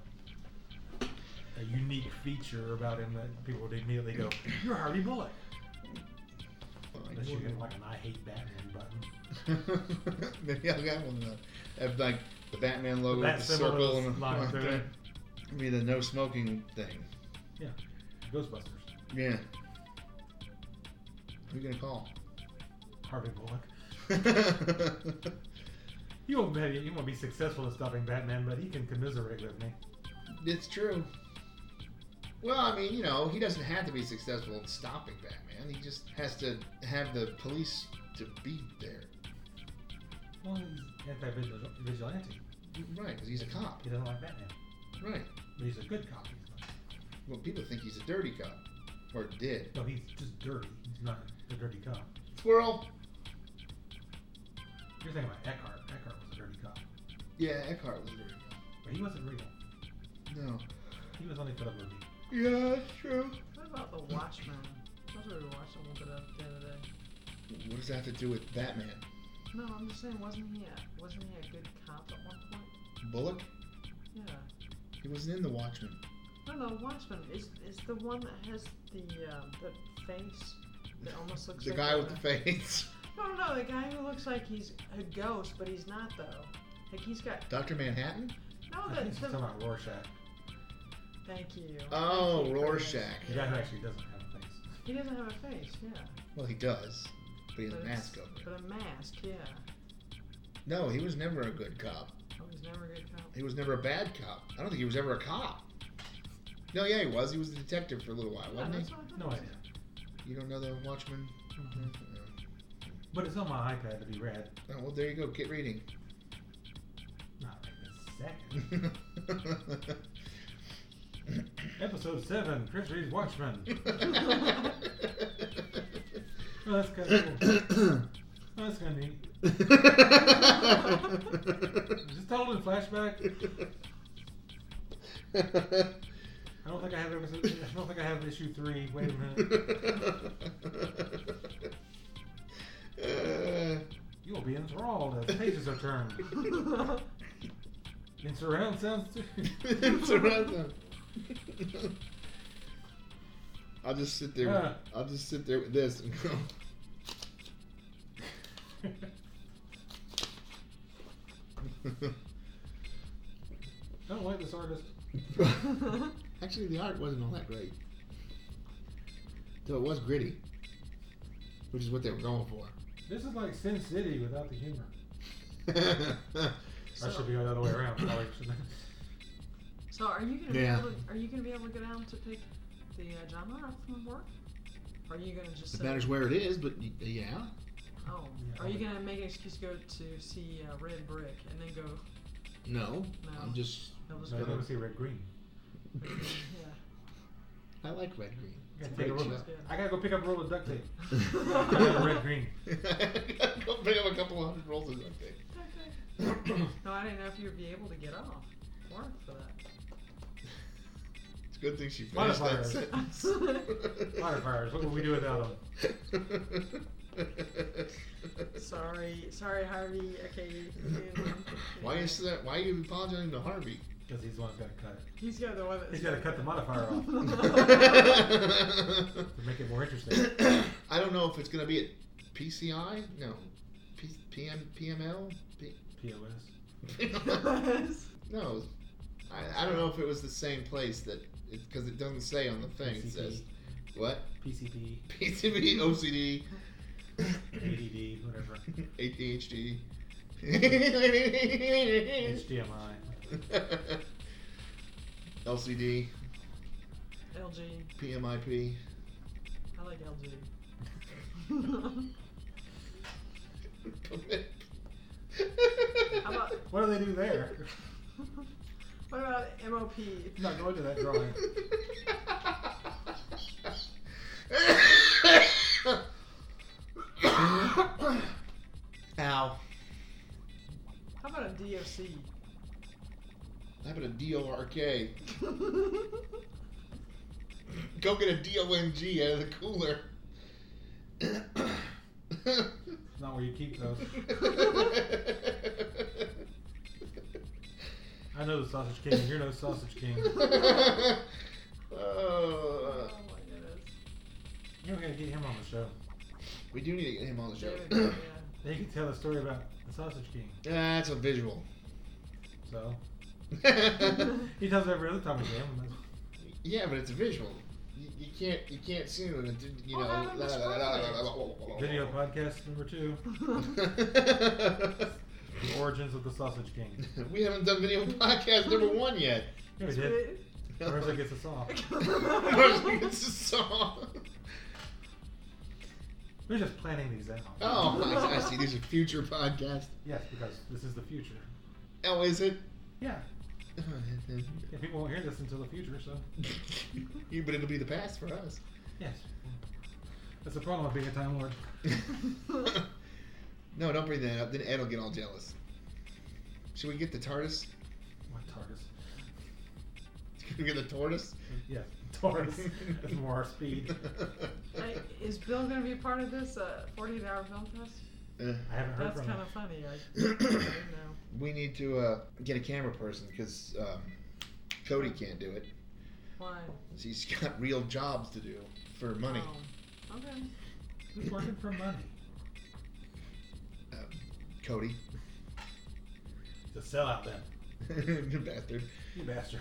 Speaker 2: a unique feature about him that people would immediately go, "You're Harvey Bullock." Unless you hit like an "I hate Batman" button.
Speaker 1: <laughs> Maybe I'll get one of those. Have like the Batman logo
Speaker 2: That
Speaker 1: with the
Speaker 2: symbol
Speaker 1: circle
Speaker 2: is
Speaker 1: and
Speaker 2: lined through it.
Speaker 1: I mean the no smoking thing.
Speaker 2: Yeah, Ghostbusters.
Speaker 1: Yeah. Who are you gonna call? <laughs>
Speaker 2: Harvey Bullock. He won't be he won't be successful at stopping Batman, but he can commiserate with me.
Speaker 1: it's true. Well, I mean, you know, he doesn't have to be successful in stopping Batman. He just has to have the police to be there.
Speaker 2: Well, he's anti-vigilante.
Speaker 1: Right, because he's a cop.
Speaker 2: He doesn't like Batman,
Speaker 1: Right.
Speaker 2: but he's a good cop. He's not-
Speaker 1: Well, people think he's a dirty cop. Or did.
Speaker 2: No, he's just dirty. He's not a dirty cop.
Speaker 1: Squirrel.
Speaker 2: You're thinking about Eckhart. Eckhart was a dirty cop,
Speaker 1: Yeah, Eckhart was a dirty cop.
Speaker 2: but he wasn't real.
Speaker 1: No.
Speaker 2: He was only for the movie.
Speaker 1: Yeah, that's true.
Speaker 3: What about the Watchmen? I was already watching a little bit of it the other day.
Speaker 1: What does that have to do with Batman?
Speaker 3: No, I'm just saying, wasn't he a wasn't he a good cop at one point?
Speaker 1: Bullock?
Speaker 3: Yeah.
Speaker 1: He wasn't in The Watchmen.
Speaker 3: No, no, Watchmen is is the one that has the uh, the face that almost looks
Speaker 1: the
Speaker 3: like
Speaker 1: guy
Speaker 3: a-
Speaker 1: with the face. <laughs>
Speaker 3: No, no, no, the guy who looks like he's a ghost, but he's not though. Like he's got
Speaker 1: Dr. Manhattan?
Speaker 3: no.
Speaker 2: I
Speaker 3: The,
Speaker 2: think she's talking
Speaker 3: the,
Speaker 2: about Rorschach.
Speaker 3: thank you.
Speaker 1: Oh,
Speaker 3: Thank you for
Speaker 1: Rorschach.
Speaker 3: this.
Speaker 2: The guy who actually doesn't have a face.
Speaker 3: He doesn't have a face, yeah.
Speaker 1: Well, he does, but he has
Speaker 3: but
Speaker 1: a
Speaker 3: it's-
Speaker 1: mask over. it.
Speaker 3: But a mask, yeah.
Speaker 1: No, he was never a good cop.
Speaker 3: I was Oh, never a good cop.
Speaker 1: He was never a bad cop. I don't think he was ever a cop. No, yeah, he was. He was a detective for a little while,
Speaker 3: Yeah,
Speaker 1: wasn't
Speaker 3: Oh, that's what I Mm-hmm. thought.
Speaker 2: No idea.
Speaker 1: he? You don't know The Watchmen?
Speaker 2: But it's on my iPad to be read.
Speaker 1: Oh, well, there you go. Get reading.
Speaker 2: Not right this second. <laughs> Episode seven. Chris
Speaker 1: <laughs>
Speaker 2: Reed's Watchmen. Oh, that's kind of cool. Oh, that's kind of neat. Is <laughs> this told in flashback? I don't think I have episode. I don't think I have issue three. Wait a minute.
Speaker 1: <laughs>
Speaker 2: You will be enthralled as pages
Speaker 1: <laughs>
Speaker 2: are turned. In surround sounds too.
Speaker 1: <laughs>
Speaker 2: <laughs>
Speaker 1: it's around them. <laughs> I'll just sit there.
Speaker 2: Huh.
Speaker 1: I'll just sit there with this and go.
Speaker 2: I don't like this artist.
Speaker 1: Actually, the art wasn't all that great. Though it was gritty, which is what they were going for. <laughs>
Speaker 2: This is like Sin City without the humor. I
Speaker 3: So-
Speaker 2: should be going the other way around. Probably shouldn't. <laughs>
Speaker 3: So are you gonna
Speaker 1: Yeah.
Speaker 3: be able to, are you gonna be able to go down to pick the uh, genre up from work? Or are you gonna just
Speaker 1: it
Speaker 3: say,
Speaker 1: matters where it is, but y- yeah.
Speaker 3: oh,
Speaker 2: Yeah.
Speaker 3: are you gonna make an excuse to go to see uh, Red Brick and then go?
Speaker 1: No,
Speaker 3: No.
Speaker 1: I'm just.
Speaker 3: That was
Speaker 2: No, you
Speaker 3: good.
Speaker 2: want to see red green.
Speaker 3: Yeah.
Speaker 1: I like red green.
Speaker 2: I gotta, take a roll
Speaker 3: choice,
Speaker 2: of,
Speaker 3: yeah.
Speaker 2: I gotta go pick up a roll of duct tape. I got red green.
Speaker 1: <laughs> Go pick up a couple hundred rolls of duct tape.
Speaker 3: No, I didn't know if you'd be able to get off work for that.
Speaker 1: It's a good thing she finished that
Speaker 2: Modifiers.
Speaker 1: sentence.
Speaker 2: <laughs> Modifiers. What would we do without them?
Speaker 3: Sorry, sorry, Harvey. Okay.
Speaker 1: why is that? Why are you apologizing to Harvey? <coughs>
Speaker 2: Because he's the one who's gotta cut it.
Speaker 3: He's got the one that's
Speaker 2: He's gotta cut the modifier <laughs> off to
Speaker 1: I
Speaker 2: make it more interesting.
Speaker 1: don't know if it's gonna be at PCI. No, P- PM PML. P-
Speaker 2: POS.
Speaker 1: <laughs>
Speaker 3: <laughs>
Speaker 1: no, I, I don't know if it was the same place that because it doesn't say on the thing. It says what <laughs>
Speaker 2: PCP,
Speaker 1: PCB, OCD, <laughs>
Speaker 2: ADD, <laughs> whatever.
Speaker 1: ADHD. <laughs>
Speaker 2: HDMI.
Speaker 1: LCD,
Speaker 3: LG.
Speaker 1: PMIP.
Speaker 3: I like LG. How about
Speaker 2: What do they do there?
Speaker 3: <laughs> what about MOP?
Speaker 2: I'm not going to that drawing.
Speaker 1: <laughs> Ow.
Speaker 3: How about a DOC?
Speaker 1: happened to DORK? Go get a DONG out of the cooler.
Speaker 2: It's not where you keep those. I know the Sausage King. You're no Sausage King.
Speaker 1: Uh,
Speaker 3: <laughs> Oh my goodness.
Speaker 2: You're gonna get him on the show.
Speaker 1: we do need to get him on the show.
Speaker 3: There we go, yeah.
Speaker 2: They can tell a story about the Sausage King.
Speaker 1: That's a visual.
Speaker 2: So
Speaker 1: <laughs> yeah,
Speaker 2: he tells every other time we get him. that's-
Speaker 1: but it's a visual. You, you can't you can't see it. and do- You know.
Speaker 3: Well, how do we
Speaker 1: la- la- la- la- la- la- la-
Speaker 2: Video podcast number two: The Origins of the Sausage
Speaker 1: <laughs>
Speaker 2: King.
Speaker 1: we haven't done video podcast number one yet.
Speaker 2: Yeah, we
Speaker 3: It's
Speaker 1: <laughs>
Speaker 2: did.
Speaker 3: great.
Speaker 2: Marissa gets us off.
Speaker 1: It's a song.
Speaker 2: We're just planning these out.
Speaker 1: Oh, I, I see. These are future podcasts.
Speaker 2: Yes, because this is the future.
Speaker 1: Oh, is it? <laughs>
Speaker 2: Yeah. yeah, people won't hear this until the future, so
Speaker 1: Yeah, but it'll be the past for us. <laughs>
Speaker 2: yes. That's the problem with being a Time Lord.
Speaker 1: no, don't bring that up. Then Ed will get all jealous. Should we get the TARDIS? <laughs>
Speaker 2: What TARDIS?
Speaker 1: Should we get the tortoise?
Speaker 2: Yeah, TARDIS. That's more
Speaker 1: <laughs>
Speaker 2: our speed.
Speaker 3: Hey, is Bill going to be part of this uh, 48 hour film fest?
Speaker 1: Uh,
Speaker 2: I haven't heard
Speaker 3: That's
Speaker 2: from
Speaker 3: kind
Speaker 2: him.
Speaker 3: of funny. I
Speaker 1: <clears throat>
Speaker 3: didn't know.
Speaker 1: we need to uh, get a camera person because um, Cody can't do it.
Speaker 3: Why?
Speaker 1: 'Cause He's got real jobs to do for money.
Speaker 3: Oh, okay.
Speaker 2: Who's working for money?
Speaker 1: Um, Cody, <laughs>
Speaker 2: To sell out then.
Speaker 1: you bastard. <laughs>
Speaker 2: You bastard.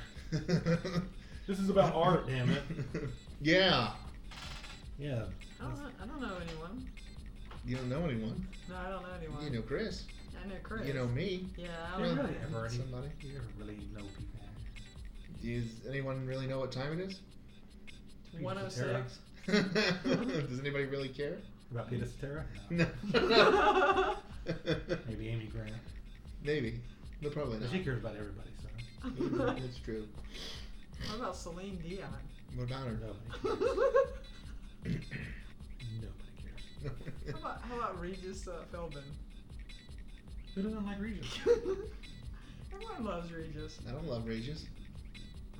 Speaker 2: This is about art, damn it.
Speaker 1: <laughs> Yeah,
Speaker 2: Yeah.
Speaker 3: I don't know, I don't know anyone.
Speaker 1: you don't know anyone.
Speaker 3: No, I don't know anyone.
Speaker 1: You know Chris.
Speaker 3: I know Chris.
Speaker 1: You know me.
Speaker 3: Yeah, I
Speaker 2: You
Speaker 3: don't know.
Speaker 2: really ever any,
Speaker 1: Somebody.
Speaker 2: You never really know people.
Speaker 1: Does anyone really know what time
Speaker 3: <laughs>
Speaker 1: it is?
Speaker 2: We use
Speaker 3: 106.
Speaker 1: Does anybody really care?
Speaker 2: About Peter Cetera? No.
Speaker 1: No.
Speaker 2: <laughs> Maybe Amy Grant.
Speaker 1: <laughs> Maybe. No, probably
Speaker 2: But She
Speaker 1: not.
Speaker 2: cares about everybody, so
Speaker 3: what
Speaker 1: <laughs> That's true.
Speaker 3: about Celine
Speaker 1: <laughs>
Speaker 3: Dion?
Speaker 1: What about her?
Speaker 2: nobody, nobody cares.
Speaker 3: How about, how about Regis uh, Philbin? <laughs>
Speaker 2: Who doesn't like Regis?
Speaker 1: <laughs>
Speaker 3: Everyone loves Regis.
Speaker 1: <laughs> I don't love Regis.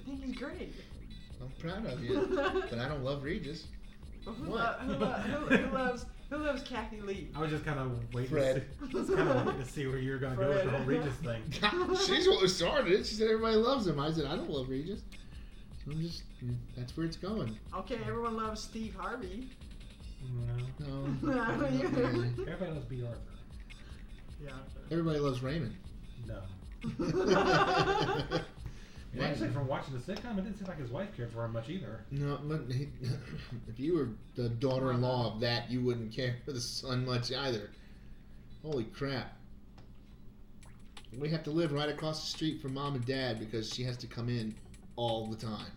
Speaker 3: I think he's great.
Speaker 1: I'm proud of
Speaker 3: <laughs>
Speaker 1: you. but I don't love Regis.
Speaker 3: But who,
Speaker 1: What?
Speaker 3: lo- who, lo- who, who loves who loves Kathy Lee?
Speaker 2: I was just kind of waiting.
Speaker 1: Fred.
Speaker 2: To see, just kind of waiting to see where you were going to go with the whole
Speaker 3: Fred.
Speaker 2: Regis
Speaker 1: <laughs>
Speaker 2: thing.
Speaker 1: She's what started it. She said everybody loves him. I said I don't love Regis. So I'm just that's where it's going.
Speaker 3: Okay, everyone loves Steve Harvey.
Speaker 2: No.
Speaker 1: No.
Speaker 3: No,
Speaker 1: not
Speaker 3: you-
Speaker 1: really.
Speaker 2: Everybody loves B. Arthur.
Speaker 3: Yeah.
Speaker 1: Everybody loves
Speaker 2: <laughs>
Speaker 1: Raymond.
Speaker 2: No.
Speaker 1: no,
Speaker 2: And
Speaker 1: Why?
Speaker 2: actually, from watching the sitcom, it didn't seem like his wife cared for him much either.
Speaker 1: but he, if you were the daughter-in-law of that, you wouldn't care for the son much either. Holy crap! We have to live right across the street from mom and dad because she has to come in all the time.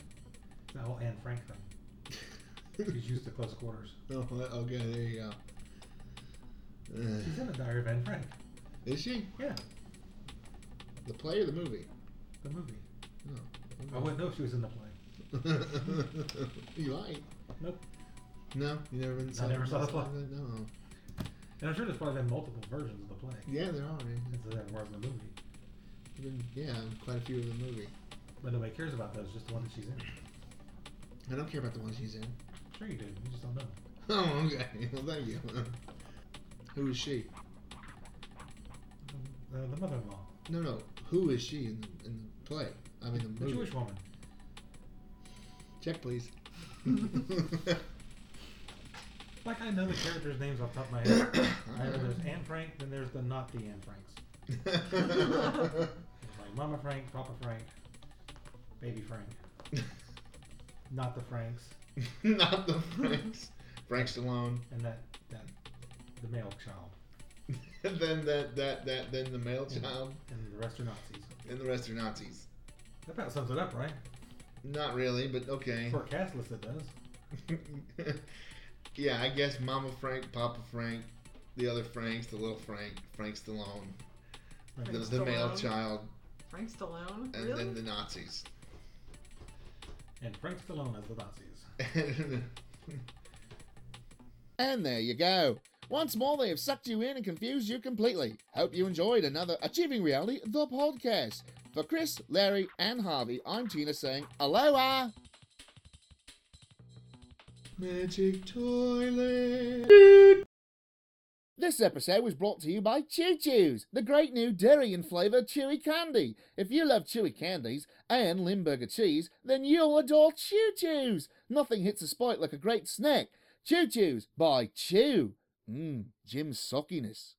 Speaker 2: The whole Anne Frank thing. She's used to close quarters.
Speaker 1: oh, okay, there you go.
Speaker 2: She's
Speaker 1: Uh,
Speaker 2: in the Diary of Anne Frank.
Speaker 1: is she
Speaker 2: Yeah,
Speaker 1: the play or the movie? Oh,
Speaker 2: the movie. I wouldn't know if she was in the play.
Speaker 1: <laughs> you like?
Speaker 2: Nope.
Speaker 1: No, you never been.
Speaker 2: I never saw the play.
Speaker 1: No.
Speaker 2: And I'm sure there's probably been multiple versions of the play.
Speaker 1: Yeah, there are. man.
Speaker 2: Since there was the movie.
Speaker 1: There've been- Yeah, quite a few of the movie.
Speaker 2: But nobody cares about those, just the one that she's in.
Speaker 1: I don't care about the ones she's in. <laughs>
Speaker 2: Sure you do, you just don't know.
Speaker 1: Oh, okay. Well, thank you. <laughs> Who is she?
Speaker 2: Uh, the mother in law.
Speaker 1: No, no. Who is she in the, in the play? I mean, the
Speaker 2: The
Speaker 1: movie.
Speaker 2: Jewish woman.
Speaker 1: Check,
Speaker 2: <laughs>
Speaker 1: please. <laughs>
Speaker 2: Like I know the characters' names off the top of my head.
Speaker 1: <coughs>
Speaker 2: I know there's Anne Frank, then there's the not the Anne Franks. There's like Mama Frank, Papa Frank, Baby Frank. Not the Franks,
Speaker 1: <laughs> Not the Franks. Frank Stallone. <laughs>
Speaker 2: and that that the male child,
Speaker 1: And then that, that, that, then the male
Speaker 2: Yeah.
Speaker 1: child.
Speaker 2: and the rest are Nazis.
Speaker 1: And the rest are Nazis.
Speaker 2: That about sums it up, right?
Speaker 1: Not really, but okay.
Speaker 2: For a cast list, it does.
Speaker 1: <laughs> yeah, I guess Mama Frank, Papa Frank, the other Franks, the little Frank, Frank Stallone,
Speaker 2: Right.
Speaker 1: the,
Speaker 3: Frank
Speaker 1: the male
Speaker 3: Stallone?
Speaker 1: child,
Speaker 3: Frank Stallone?
Speaker 1: and
Speaker 3: really?
Speaker 1: then the Nazis.
Speaker 2: And Frank Stallone as the Nazis.
Speaker 1: <laughs>
Speaker 4: And there you go. Once more, they have sucked you in and confused you completely. Hope you enjoyed another Achieving Reality, the podcast.
Speaker 1: For Chris, Larry, and Harvey, I'm Tina saying aloha.
Speaker 6: Magic toilet.
Speaker 1: This episode was brought to you by Chew Chews, the great new durian flavored chewy candy. If you love chewy candies and Limburger cheese, then you'll adore Chew Chews. Nothing hits a spike like a great snack. Chew Chews by Chew. Mmm, Jim's sockiness.